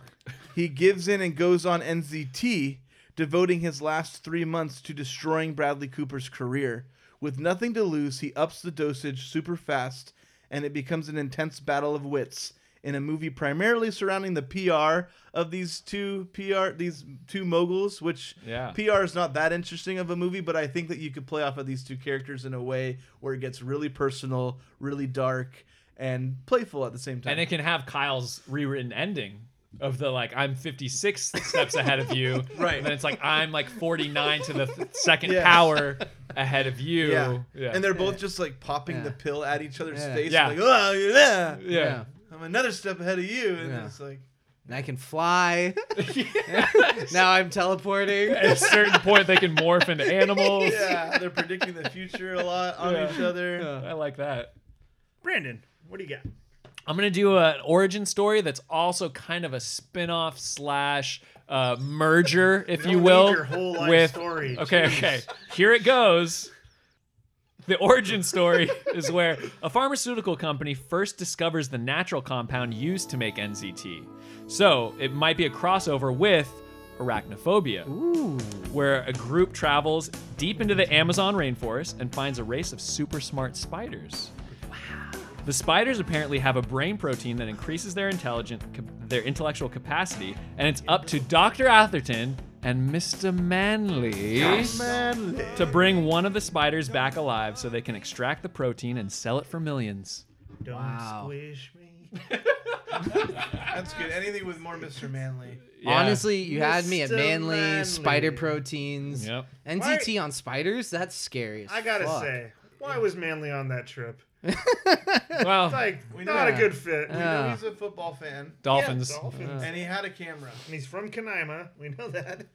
He gives in and goes on NZT, devoting his last three months to destroying Bradley Cooper's career. With nothing to lose, he ups the dosage super fast, and it becomes an intense battle of wits in a movie primarily surrounding the PR of these two PR these two moguls, which Yeah. PR is not that interesting of a movie, but I think that you could play off of these two characters in a way where it gets really personal, really dark, and playful at the same time. And it can have Kyle's rewritten ending of the like I'm 56 steps ahead of you. Right. And then it's like I'm like 49 to the th- second Yeah. power ahead of you. Yeah. Yeah. And they're both just like popping the pill at each other's Yeah. face. Yeah. Like, oh, yeah. Yeah. I'm another step ahead of you. And Yeah. it's like, And I can fly. now I'm teleporting. At a certain point, they can morph into animals. yeah, they're predicting the future a lot on Yeah. each other. I like that. Brandon, what do you got? I'm gonna do an origin story that's also kind of a spin-off slash uh, merger, if We you don't will. need your whole life with story. okay, Jeez. okay, here it goes. The origin story is where a pharmaceutical company first discovers the natural compound used to make NZT. So it might be a crossover with arachnophobia, where a group travels deep into the Amazon rainforest and finds a race of super smart spiders. The spiders apparently have a brain protein that increases their intelligent, their intellectual capacity, and it's up to Dr. Atherton and Mr. Manley Manly. to bring one of the spiders back alive so they can extract the protein and sell it for millions. Don't Wow. squish me. That's good. Anything with more Mr. Manly. Honestly, you had me at Mr. manly, Manly. spider proteins. Yep. NZT on spiders? That's scary. As I gotta fuck. say, why was Manly on that trip? Well, It's like We not know- a good fit. We know he's a football fan. Dolphins. Yeah, Dolphins. And he had a camera. And he's from Canaima. We know that.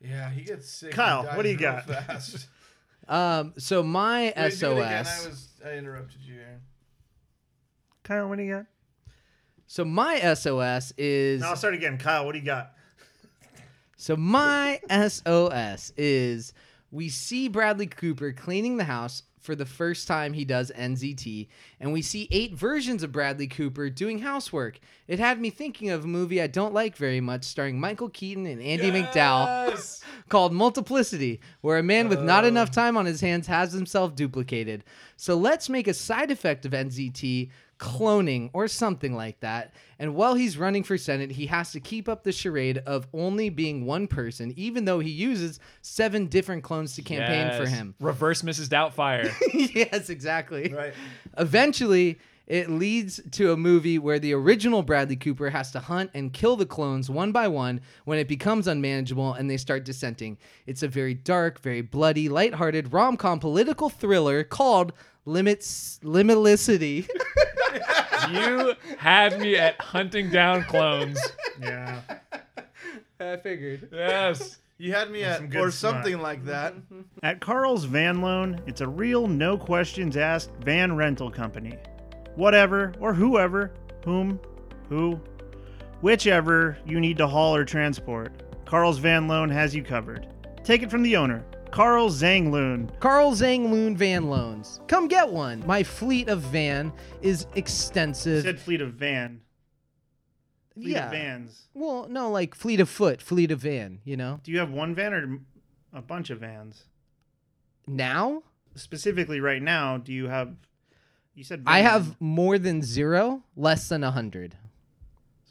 Yeah, he gets sick. and Kyle, dies what do you real got? Fast. Um, so my Wait, do it again. I, SOS. was, I interrupted you, Aaron. Kyle, what do you got? So my SOS is. Now I'll start again. Kyle, what do you got? So my SOS is we see Bradley Cooper cleaning the house for the first time he does NZT, and we see eight versions of Bradley Cooper doing housework. It had me thinking of a movie I don't like very much, starring Michael Keaton and Andy McDowell, called Multiplicity, where a man with not enough time on his hands has himself duplicated. So let's make a side effect of NZT cloning, or something like that. And while he's running for Senate, he has to keep up the charade of only being one person, even though he uses seven different clones to campaign for Yes. him. Reverse Mrs. Doubtfire. yes, exactly. Right. Eventually, it leads to a movie where the original Bradley Cooper has to hunt and kill the clones one by one when it becomes unmanageable and they start dissenting. It's a very dark, very bloody, lighthearted rom-com political thriller called Limits Limitlicity. you have me at hunting down clones. Yeah. I figured. Yes. You had me That's some at, good or snot. something like that. At Carl's Van Loan, it's a real no questions asked van rental company. Whatever or whoever, whom, who, whichever you need to haul or transport, Carl's Van Loan has you covered. Take it from the owner, Carl Zangloon. Carl Zangloon Van Loans. Come get one. My fleet of van is extensive. Said fleet of van. Fleet of yeah. vans. Well, no, like fleet of foot, fleet of van, you know? Do you have one van or a bunch of vans? Now? Specifically, right now, do you have? You said I van. have more than zero, less than a hundred.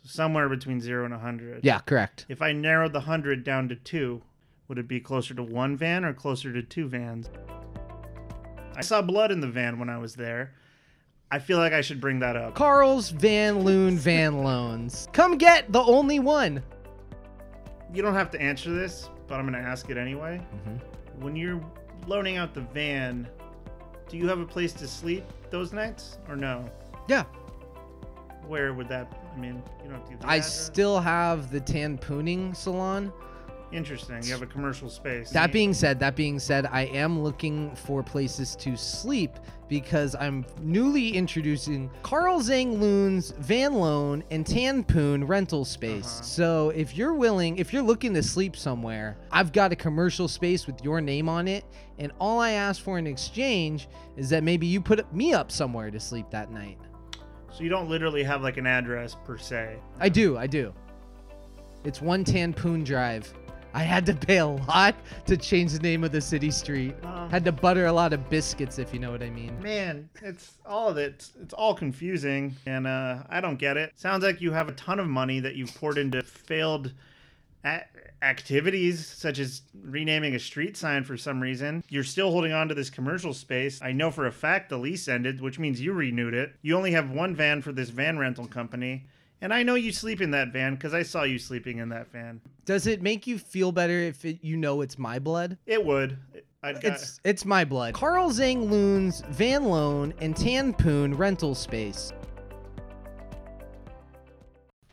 somewhere between zero and a hundred. Yeah, correct. If I narrowed the hundred down to two, would it be closer to one van or closer to two vans? I saw blood in the van when I was there. I feel like I should bring that up. Carl's Van Loon Van Loans. Come get the only one. You don't have to answer this, but I'm going to ask it anyway. Mm-hmm. When you're loaning out the van, do you have a place to sleep those nights or no? Yeah. Where would that? I mean, you don't have to. give the I address. still have the tan pooning salon. Interesting. You have a commercial space. That being said, that being said, I am looking for places to sleep because I'm newly introducing Carl Zangloon's Van Loan and Tanpoon rental space. So if you're willing, if you're looking to sleep somewhere, I've got a commercial space with your name on it, and all I ask for in exchange is that maybe you put me up somewhere to sleep that night. so you don't literally have like an address per se. I do, I do. It's one Tanpoon Drive. I had to pay a lot to change the name of the city street. Oh. Had to butter a lot of biscuits, if you know what I mean. Man, it's all of it. It's all confusing, and uh, I don't get it. Sounds like you have a ton of money that you've poured into failed a- activities, such as renaming a street sign for some reason. You're still holding on to this commercial space. I know for a fact the lease ended, which means you renewed it. You only have one van for this van rental company, and I know you sleep in that van because I saw you sleeping in that van. Does it make you feel better if it, you know it's my blood? It would. I'd got- It's it's my blood. Carl Zangloon's Van Loan and Tanpoon rental space.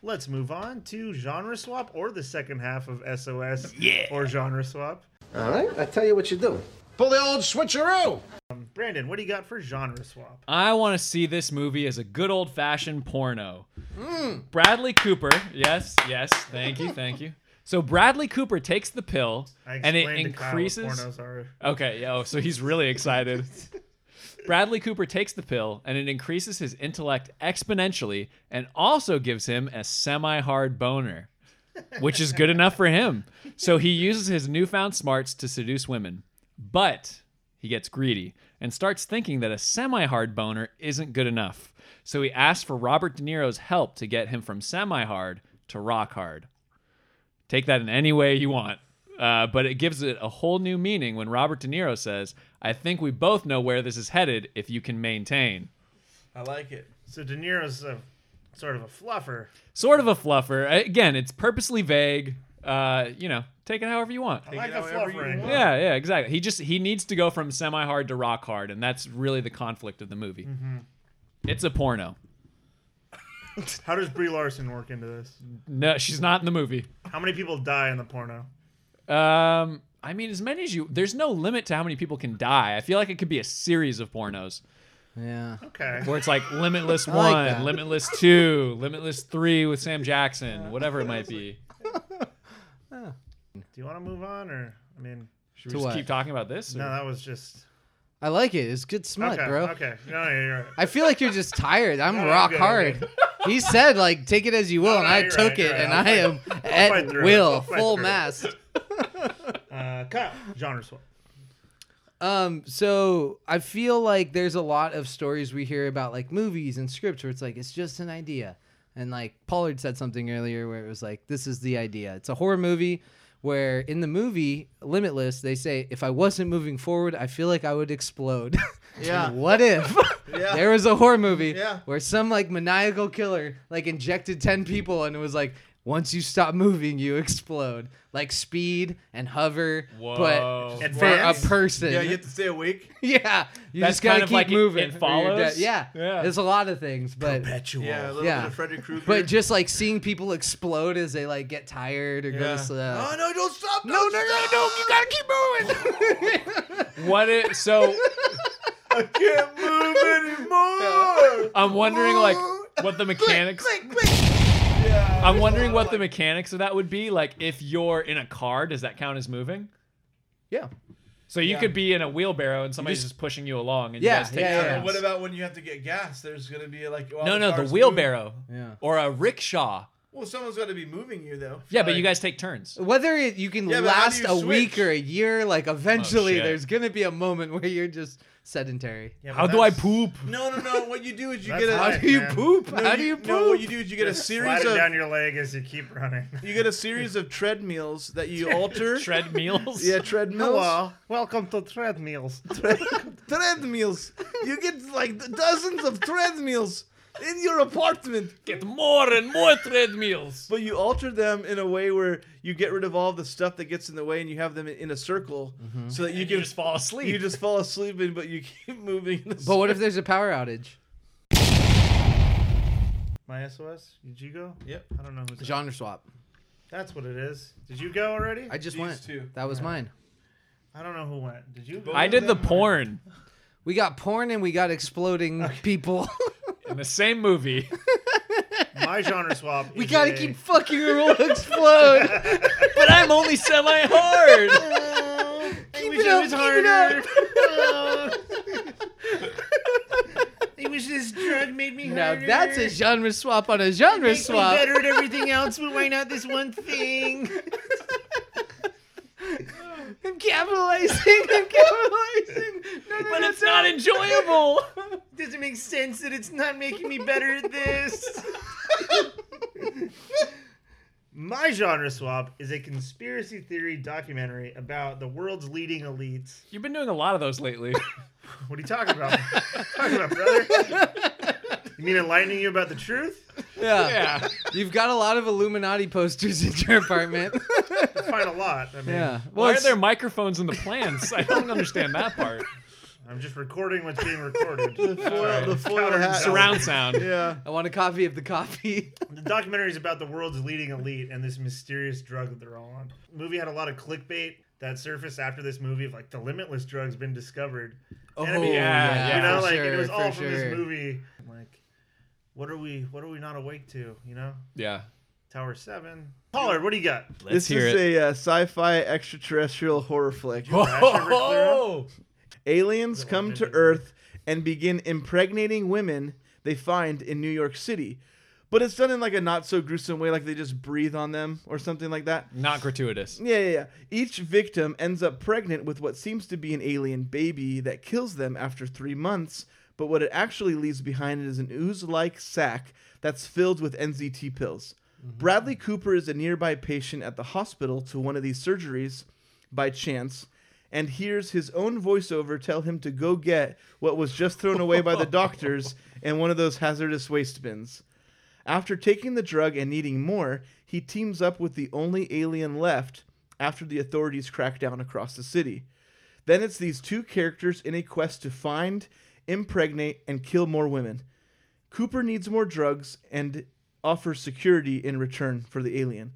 Let's move on to genre swap or the second half of SOS. Yeah. Or genre swap. All right, I tell you what you do. Pull the old switcheroo. Brandon, what do you got for genre swap? I want to see this movie as a good old fashioned porno. Bradley Cooper. Yes, yes. Thank you, thank you. So Bradley Cooper takes the pill, I and it explained to Kyle what increases. pornos are. Okay, yo, so he's really excited. Bradley Cooper takes the pill, and it increases his intellect exponentially, and also gives him a semi-hard boner, which is good enough for him. So he uses his newfound smarts to seduce women, but he gets greedy and starts thinking that a semi-hard boner isn't good enough. So he asks for Robert De Niro's help to get him from semi-hard to rock hard. Take that in any way you want. Uh, but it gives it a whole new meaning when Robert De Niro says, I think we both know where this is headed if you can maintain. I like it. So De Niro's a, sort of a fluffer. Sort of a fluffer. Again, it's purposely vague. Uh, you know, take it however you want. I like the fluffering. Yeah, yeah, exactly. He just he needs to go from semi hard to rock hard, and that's really the conflict of the movie. Mhm. It's a porno. How does Brie Larson work into this? No, she's not in the movie. How many people die in the porno? Um, I mean, as many as you. There's no limit to how many people can die. I feel like it could be a series of pornos. Yeah. Okay. Where it's like limitless I one, like that. limitless two, limitless three with Sam Jackson, whatever it might be. Do you want to move on, or I mean, Should we just keep talking about this? No, or- that was just I like it. It's good smut, okay, bro. Okay, no, no, you're right. I feel like you're just tired. I'm No, I'm rock good, I'm hard. He said, like, take it as you will, and I you're took right, it, you're right. and I'll I am fight- I'll fight at through it. will, I'll fight full through it. mass. Uh, Kyle, genre swap. Um, so I feel like there's a lot of stories we hear about like movies and scripts where it's like it's just an idea. And like Pollard said something earlier where it was like, This is the idea. It's a horror movie where in the movie, Limitless, they say, if I wasn't moving forward, I feel like I would explode. Yeah. what if Yeah. there was a horror movie Yeah. where some like maniacal killer like injected 10 people and it was like once you stop moving you explode like speed and hover but for a Advance? person Yeah, you have to stay awake. yeah you That's just gotta kind of keep like It- moving It or you're dead. Follows? yeah. Yeah. there's a lot of things but Perpetual. Yeah, a little bit of Freddy Krueger. but just like seeing people explode as they like get tired or go Yeah. to sleep Oh, no don't stop uh, no no no no you gotta keep moving What if so? I can't move anymore. I'm wondering like what the mechanics. I'm wondering what the mechanics of that would be. Like if you're in a car, does that count as moving? Yeah. So you Yeah. could be in a wheelbarrow and somebody's just, pushing you along, and you guys take turns. What about when you have to get gas? There's gonna be like while no, no, the car's wheelbarrow. moving- Or a rickshaw. Well, someone's got to be moving you though. Yeah, but you guys take turns. Whether it, you can Yeah, but how do last you a switch? week or a year, like Oh, eventually shit. there's gonna be a moment where you're just sedentary. Yeah, How do I poop? No, no, no. What you do is you That's get a. life, How do you man. poop? No, How do you No, what poop? you do is you get a Just series slide it of down your leg as you keep running. you get a series of treadmills that you alter. treadmills. Yeah, treadmills. Hello, welcome to treadmills. Treadmills. You get like dozens of treadmills in your apartment. Get more and more treadmills. But you alter them in a way where you get rid of all the stuff that gets in the way, and you have them in a circle Mm-hmm. so that you And you can just fall asleep. You just fall asleep, and but you keep moving. In the But what if circle. there's a power outage? My SOS? Did you go? Yep. I don't know who's Genre swap. That's what it is. Did you go already? I just went. That was mine. I don't know who went. Did you? I did the porn We got porn and we got exploding people. in the same movie. My genre swap. we is gotta a- keep fucking or we'll explode. but I'm only semi hard. keep wish it I up, was keep it up. I wish this drug made me Now harder. that's a genre swap on a genre Makes me swap. better at everything else, but why not this one thing? I'm capitalizing. I'm capitalizing. No, no, But no, it's no. not enjoyable. Doesn't make sense that it's not making me better at this. My genre swap is a conspiracy theory documentary about the world's leading elites. You've been doing a lot of those lately. What are you talking about? talking about, brother? You mean enlightening you about the truth? Yeah. Yeah. You've got a lot of Illuminati posters in your apartment. I find a lot. I mean, Yeah. Well, Why are it's- there microphones in the plants? I don't understand that part. I'm just recording what's being recorded. the foil- the foil hat. Surround sound. Yeah. I want a copy of the copy. The documentary is about the world's leading elite and this mysterious drug that they're all on. movie had a lot of clickbait that surfaced after this movie of like the limitless drug's been discovered. And I Oh, mean, yeah, you know, for like and it sure, was all for from this sure. movie. Like, what are we? What are we not awake to? You know, Yeah. Tower Seven. Pollard, what do you got? this is a uh, sci-fi extraterrestrial horror flick. Oh, Whoa! Aliens come to Earth and begin impregnating women they find in New York City, but it's done in like a not so gruesome way, like they just breathe on them or something like that. Not gratuitous. Yeah, yeah, yeah. Each victim ends up pregnant with what seems to be an alien baby that kills them after three months, but what it actually leaves behind is an ooze like sack that's filled with NZT pills. Bradley Cooper is a nearby patient at the hospital to one of these surgeries by chance and hears his own voiceover tell him to go get what was just thrown away by the doctors in one of those hazardous waste bins. After taking the drug and needing more, he teams up with the only alien left after the authorities crack down across the city. Then it's these two characters in a quest to find, impregnate, and kill more women. Cooper needs more drugs and offers security in return for the alien.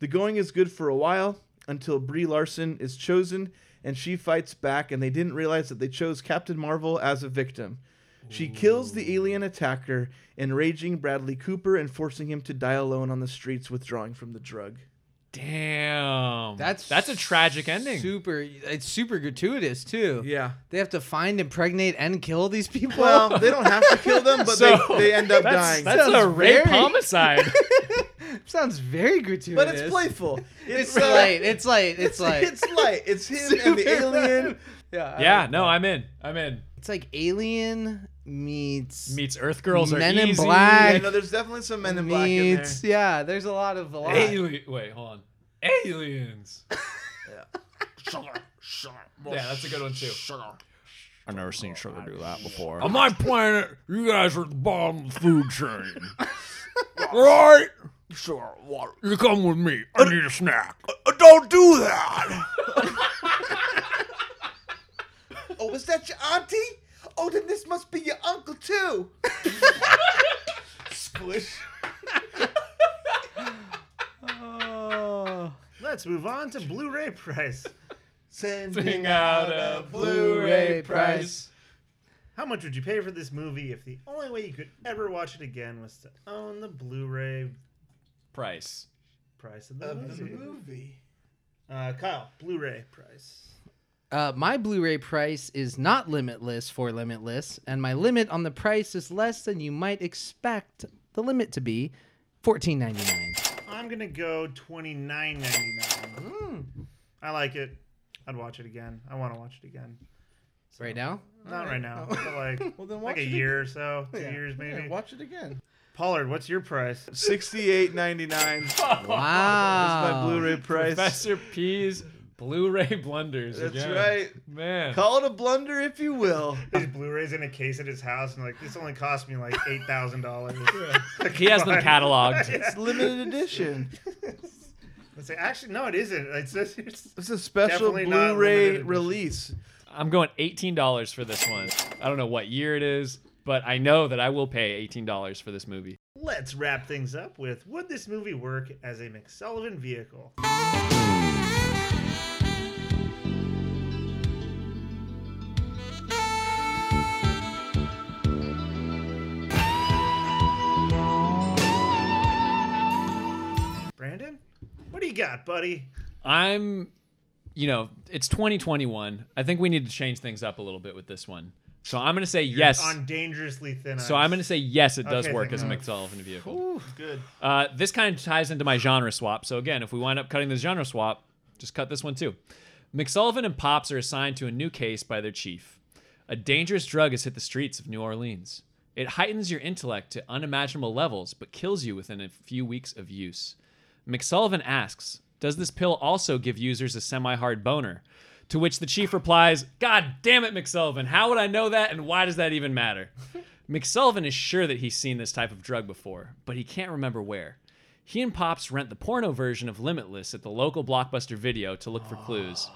The going is good for a while until Brie Larson is chosen and she fights back, and they didn't realize that they chose Captain Marvel as a victim. She kills the alien attacker, enraging Bradley Cooper and forcing him to die alone on the streets, withdrawing from the drug. Damn. That's that's a tragic ending. Super. It's super gratuitous too. Yeah. They have to find, impregnate, and kill these people. Well, they don't have to kill them, but So, they, they end up that's- dying. that's Sounds a rape very- homicide. sounds very gratuitous. but it's uh, playful. uh, It's light. It's light. It's light. It's light. It's him and the Super alien. Yeah. Yeah, no, I'm in. I'm in. It's like Alien meets meets Earth Girls are Men in easy. Black. Yeah, no, there's definitely some Men in Black in there. meets- Yeah, there's a lot of a lot. Alien. Wait, hold on. Aliens. yeah, that's a good one too. I've never seen Sugar do that before. On my planet, you guys are at the bottom of the food chain. right? Sure, water. You come with me. I need a snack. Don't do that. Oh, was that your auntie? Oh, then this must be your uncle too. Squish. Let's move on to Blu-ray price. Sending out a Blu-ray price. How much would you pay for this movie if the only way you could ever watch it again was to own the Blu-ray price? Price of the movie. Uh, Kyle, Blu-ray price. Uh, my Blu-ray price is not limitless for limitless, and my limit on the price is less than you might expect the limit to be, fourteen ninety nine. I'm gonna go twenty nine ninety nine. Mm. I like it. I'd watch it again. I want to watch it again. Right now? Not right now. Oh. But like, Well, then watch like it a year or again. so, two Yeah, years yeah, maybe. watch it again. Pollard, what's your price? Sixty-eight ninety-nine. Wow. That's my Blu-ray price. Professor P's Blu-ray blunders. That's again. right. man. Call it a blunder if you will. His Blu-rays in a case at his house, and like this only cost me like eight thousand dollars. He has them cataloged. It's limited edition. Let's say, actually, no, it isn't. It's just, it's, a special Blu-ray release. I'm going eighteen dollars for this one. I don't know what year it is, but I know that I will pay eighteen dollars for this movie. Let's wrap things up with: Would this movie work as a McSullivan vehicle? Brandon, what do you got, buddy? I'm, you know, it's 2021. I think we need to change things up a little bit with this one. So I'm gonna say yes. on dangerously thin So ice. I'm gonna say yes. It does Okay, work thank as a God. McSullivan vehicle. Ooh, good. Uh, this kind of ties into my genre swap. So again, if we wind up cutting this genre swap, just cut this one too. McSullivan and Pops are assigned to a new case by their chief. A dangerous drug has hit the streets of New Orleans. It heightens your intellect to unimaginable levels, but kills you within a few weeks of use. McSullivan asks, "Does this pill also give users a semi-hard boner?" To which the chief replies, "God damn it, McSullivan! How would I know that, and why does that even matter?" McSullivan is sure that he's seen this type of drug before, but he can't remember where. He and Pops rent the porno version of Limitless at the local Blockbuster video to look for clues.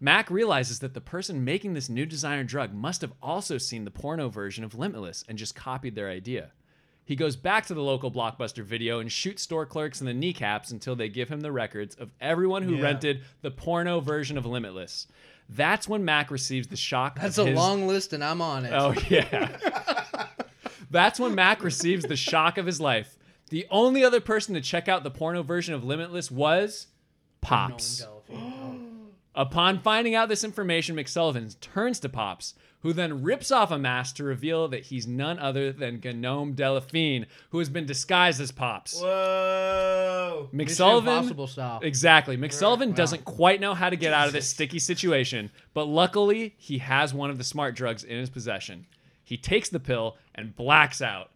Mac realizes that the person making this new designer drug must have also seen the porno version of Limitless and just copied their idea. He goes back to the local Blockbuster video and shoots store clerks in the kneecaps until they give him the records of everyone who Yeah. rented the porno version of Limitless. That's when Mac receives the shock. That's of a his- long list, and I'm on it. Oh yeah. That's when Mac receives the shock of his life. The only other person to check out the porno version of Limitless was Pops. Upon finding out this information, McSullivan turns to Pops, who then rips off a mask to reveal that he's none other than Gnome Delphine, who has been disguised as Pops. Whoa. Mission McSullivan, Impossible style. Exactly. McSullivan doesn't quite know how to get out of this sticky situation, but luckily he has one of the smart drugs in his possession. He takes the pill and blacks out.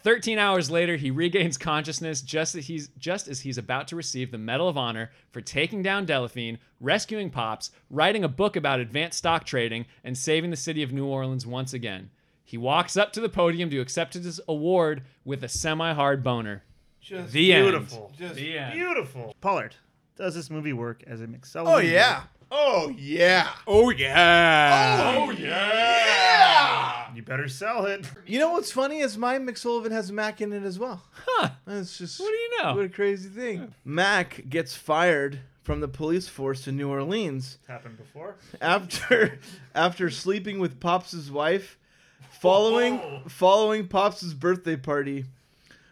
Thirteen hours later, he regains consciousness just as he's just as he's about to receive the Medal of Honor for taking down Delphine, rescuing Pops, writing a book about advanced stock trading, and saving the city of New Orleans once again. He walks up to the podium to accept his award with a semi-hard boner. Just the end. beautiful. Just beautiful. Pollard, does this movie work as a McSullivan? Oh yeah. Oh yeah. Oh yeah. Oh yeah. You better sell it. You know what's funny is my McSullivan has Mac in it as well. Huh? It's just what do Oh, you know? What a crazy thing. Mac gets fired from the police force in New Orleans Happened before. after after sleeping with Pops' wife, following Oh, following Pops' birthday party.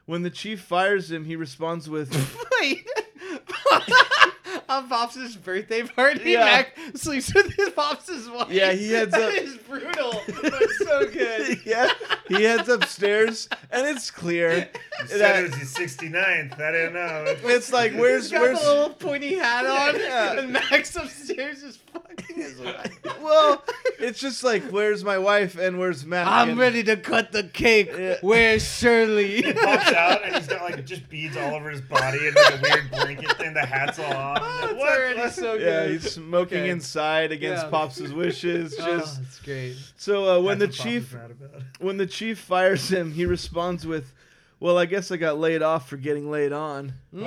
When the chief fires him, he responds with, On Pops' birthday party, Yeah. Mac sleeps with his Pops' wife. Yeah, he heads That up- is brutal, but so good. "Yeah." He heads upstairs, and it's clear You said that it was his 69th. I didn't know. It's like, where's- He's got where's- the little pointy hat on, Yeah. and Max upstairs is fucking his Seriously. well, it's just like, where's my wife and where's Matt? I'm ready to cut the cake. Where's Shirley? He pops out and he's got like just beads all over his body and like a weird blanket thing. The hat's all on. Like, what? yeah, he's smoking inside against Yeah. Pops' wishes. Oh, Just that's great. So uh, when That's the what Pop was chief mad about. when the chief fires him, he responds with, "Well, I guess I got laid off for getting laid on." he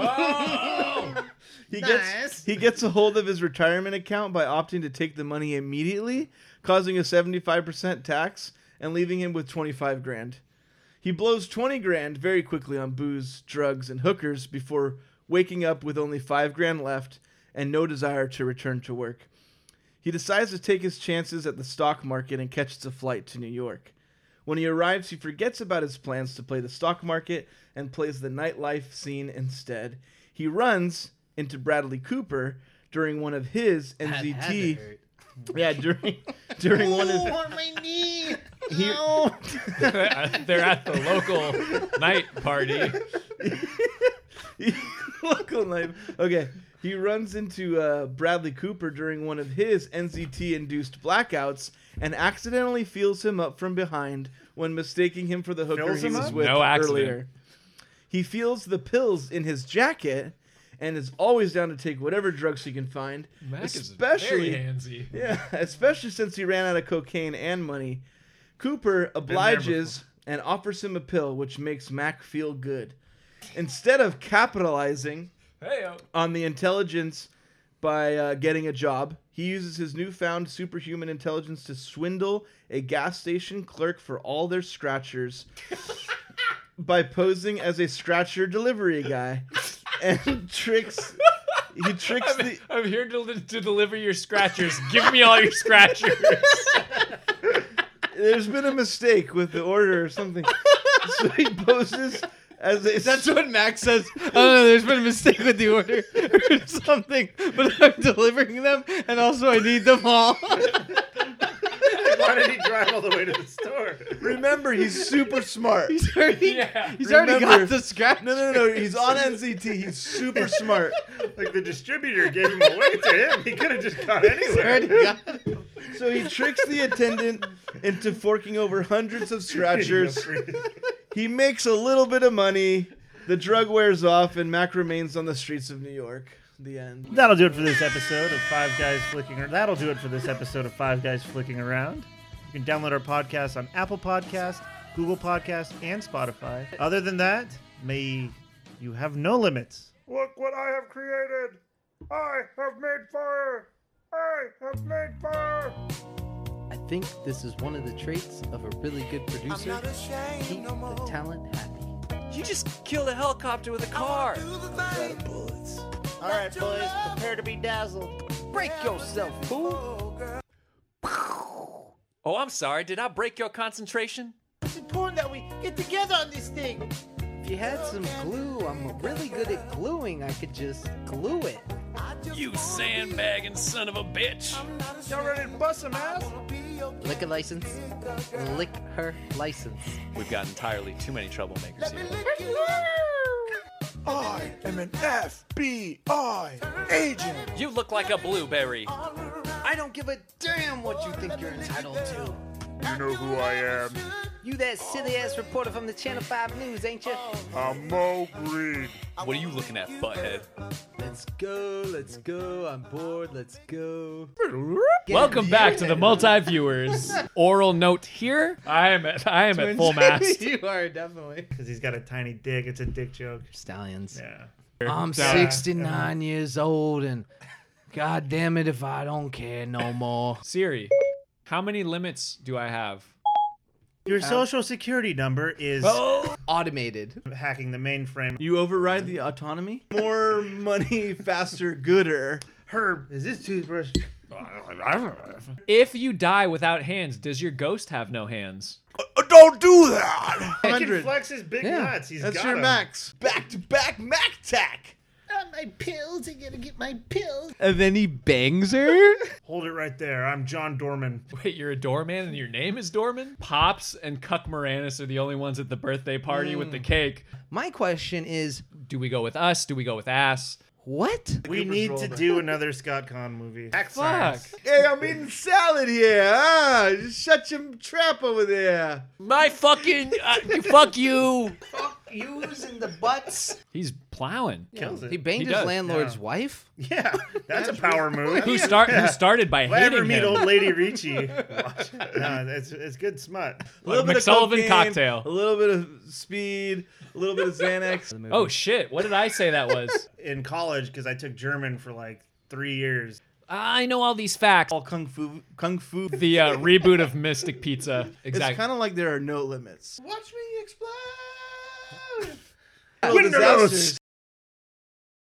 Nice. gets he gets a hold of his retirement account by opting to take the money immediately, causing a seventy five percent tax and leaving him with twenty five grand. He blows twenty grand very quickly on booze, drugs, and hookers before waking up with only five grand left and no desire to return to work. He decides to take his chances at the stock market and catches a flight to New York. When he arrives, he forgets about his plans to play the stock market and plays the nightlife scene instead. He runs into Bradley Cooper during one of his NZT. Yeah, during during one of Oh, my knee. he, Uh, They're at the local night party. local life. Okay, he runs into uh, Bradley Cooper during one of his NZT-induced blackouts and accidentally feels him up from behind when mistaking him for the hooker Feels he him was up? with No accident. earlier. He feels the pills in his jacket and is always down to take whatever drugs he can find, Mac is especially very handsy. Yeah, especially since he ran out of cocaine and money. Cooper obliges and offers him a pill, which makes Mac feel good. Instead of capitalizing oh. Hey-o. on the intelligence by uh, getting a job, he uses his newfound superhuman intelligence to swindle a gas station clerk for all their scratchers by posing as a scratcher delivery guy and tricks. He tricks I'm, the. I'm here to, to deliver your scratchers. Give me all your scratchers. There's been a mistake with the order or something. so he poses as a. That's what Max says. I don't know. There's been a mistake with the order or something, but I'm delivering them, and also I need them all. Why did he drive all the way to the store? Remember, he's super smart. He's already, Yeah. he's already Remember- got the scratch. No, no, no. He's on NZT. He's super smart. Like the distributor gave him away to him. He could have just gone anywhere. So he tricks the attendant into forking over hundreds of scratchers. He makes a little bit of money. The drug wears off, and Mac remains on the streets of New York. The end. That'll do it for this episode of Five Guys Flicking. Or that'll do it for this episode of Five Guys Flicking Around. You can download our podcast on Apple Podcast, Google Podcast, and Spotify. Other than that, may you have no limits. Look what I have created. I have made fire. I have made fire. I think this is one of the traits of a really good producer. Keep the talent happy. You just killed a helicopter with a car. All right, boys, prepare to be dazzled. Break yourself, fool. Oh, I'm sorry. Did I break your concentration? It's important that we get together on this thing. If you had some glue, I'm really good at gluing. I could just glue it. You sandbagging son of a bitch. Y'all ready to bust some ass? Lick a license. Lick her license. We've got entirely too many troublemakers here. I am an FBI agent. You look like a blueberry. I don't give a damn what you think you're entitled to. You know who I am. You that silly ass reporter from the Channel 5 News, ain't you? I'm Mo Green. What are you looking at, butthead? Let's go, let's go. I'm bored, let's go. Welcome back to the multi viewers. Oral note here. I am at I am at full mast. you are definitely. Because he's got a tiny dick. It's a dick joke. Stallions. Yeah. I'm Yeah. 69 years old and god damn it if I don't care no more. Siri, how many limits do I have? Your social security number is Oh. automated. Hacking the mainframe. You override the autonomy? More money, faster, gooder. Herb, is this toothbrush? If you die without hands, does your ghost have no hands? Uh, Don't do that. He can flex his big nuts. He's got 'em. Back to back Mac Tack. my pills. I gotta get my pills. And then he bangs her? Hold it right there. I'm John Dorman. Wait, you're a doorman and your name is Dorman? Pops and Cuck Moranis are the only ones at the birthday party with the Mm. cake. My question is Do we go with us? Do we go with ass? What? We need to do another Scott Kahn movie. Excellent. Hey, I'm eating salad here. Ah, just shut your trap over there. My fucking uh, fuck you. Use in the butts. He's plowing. Kills it. He banged He his does. landlord's Yeah. wife. Yeah, that's a power move. Who start- who started by If I ever hating meet him. old lady Ricci. watch- no, it's it's good smut. A little bit of cocaine, A little bit of speed. A little bit of Xanax. Oh shit! What did I say that was? in college because I took German for like three years. I know all these facts. All kung fu, kung fu. The uh, reboot of Mystic Pizza. Exactly. It's kind of like there are no limits. Watch me explode. Windows.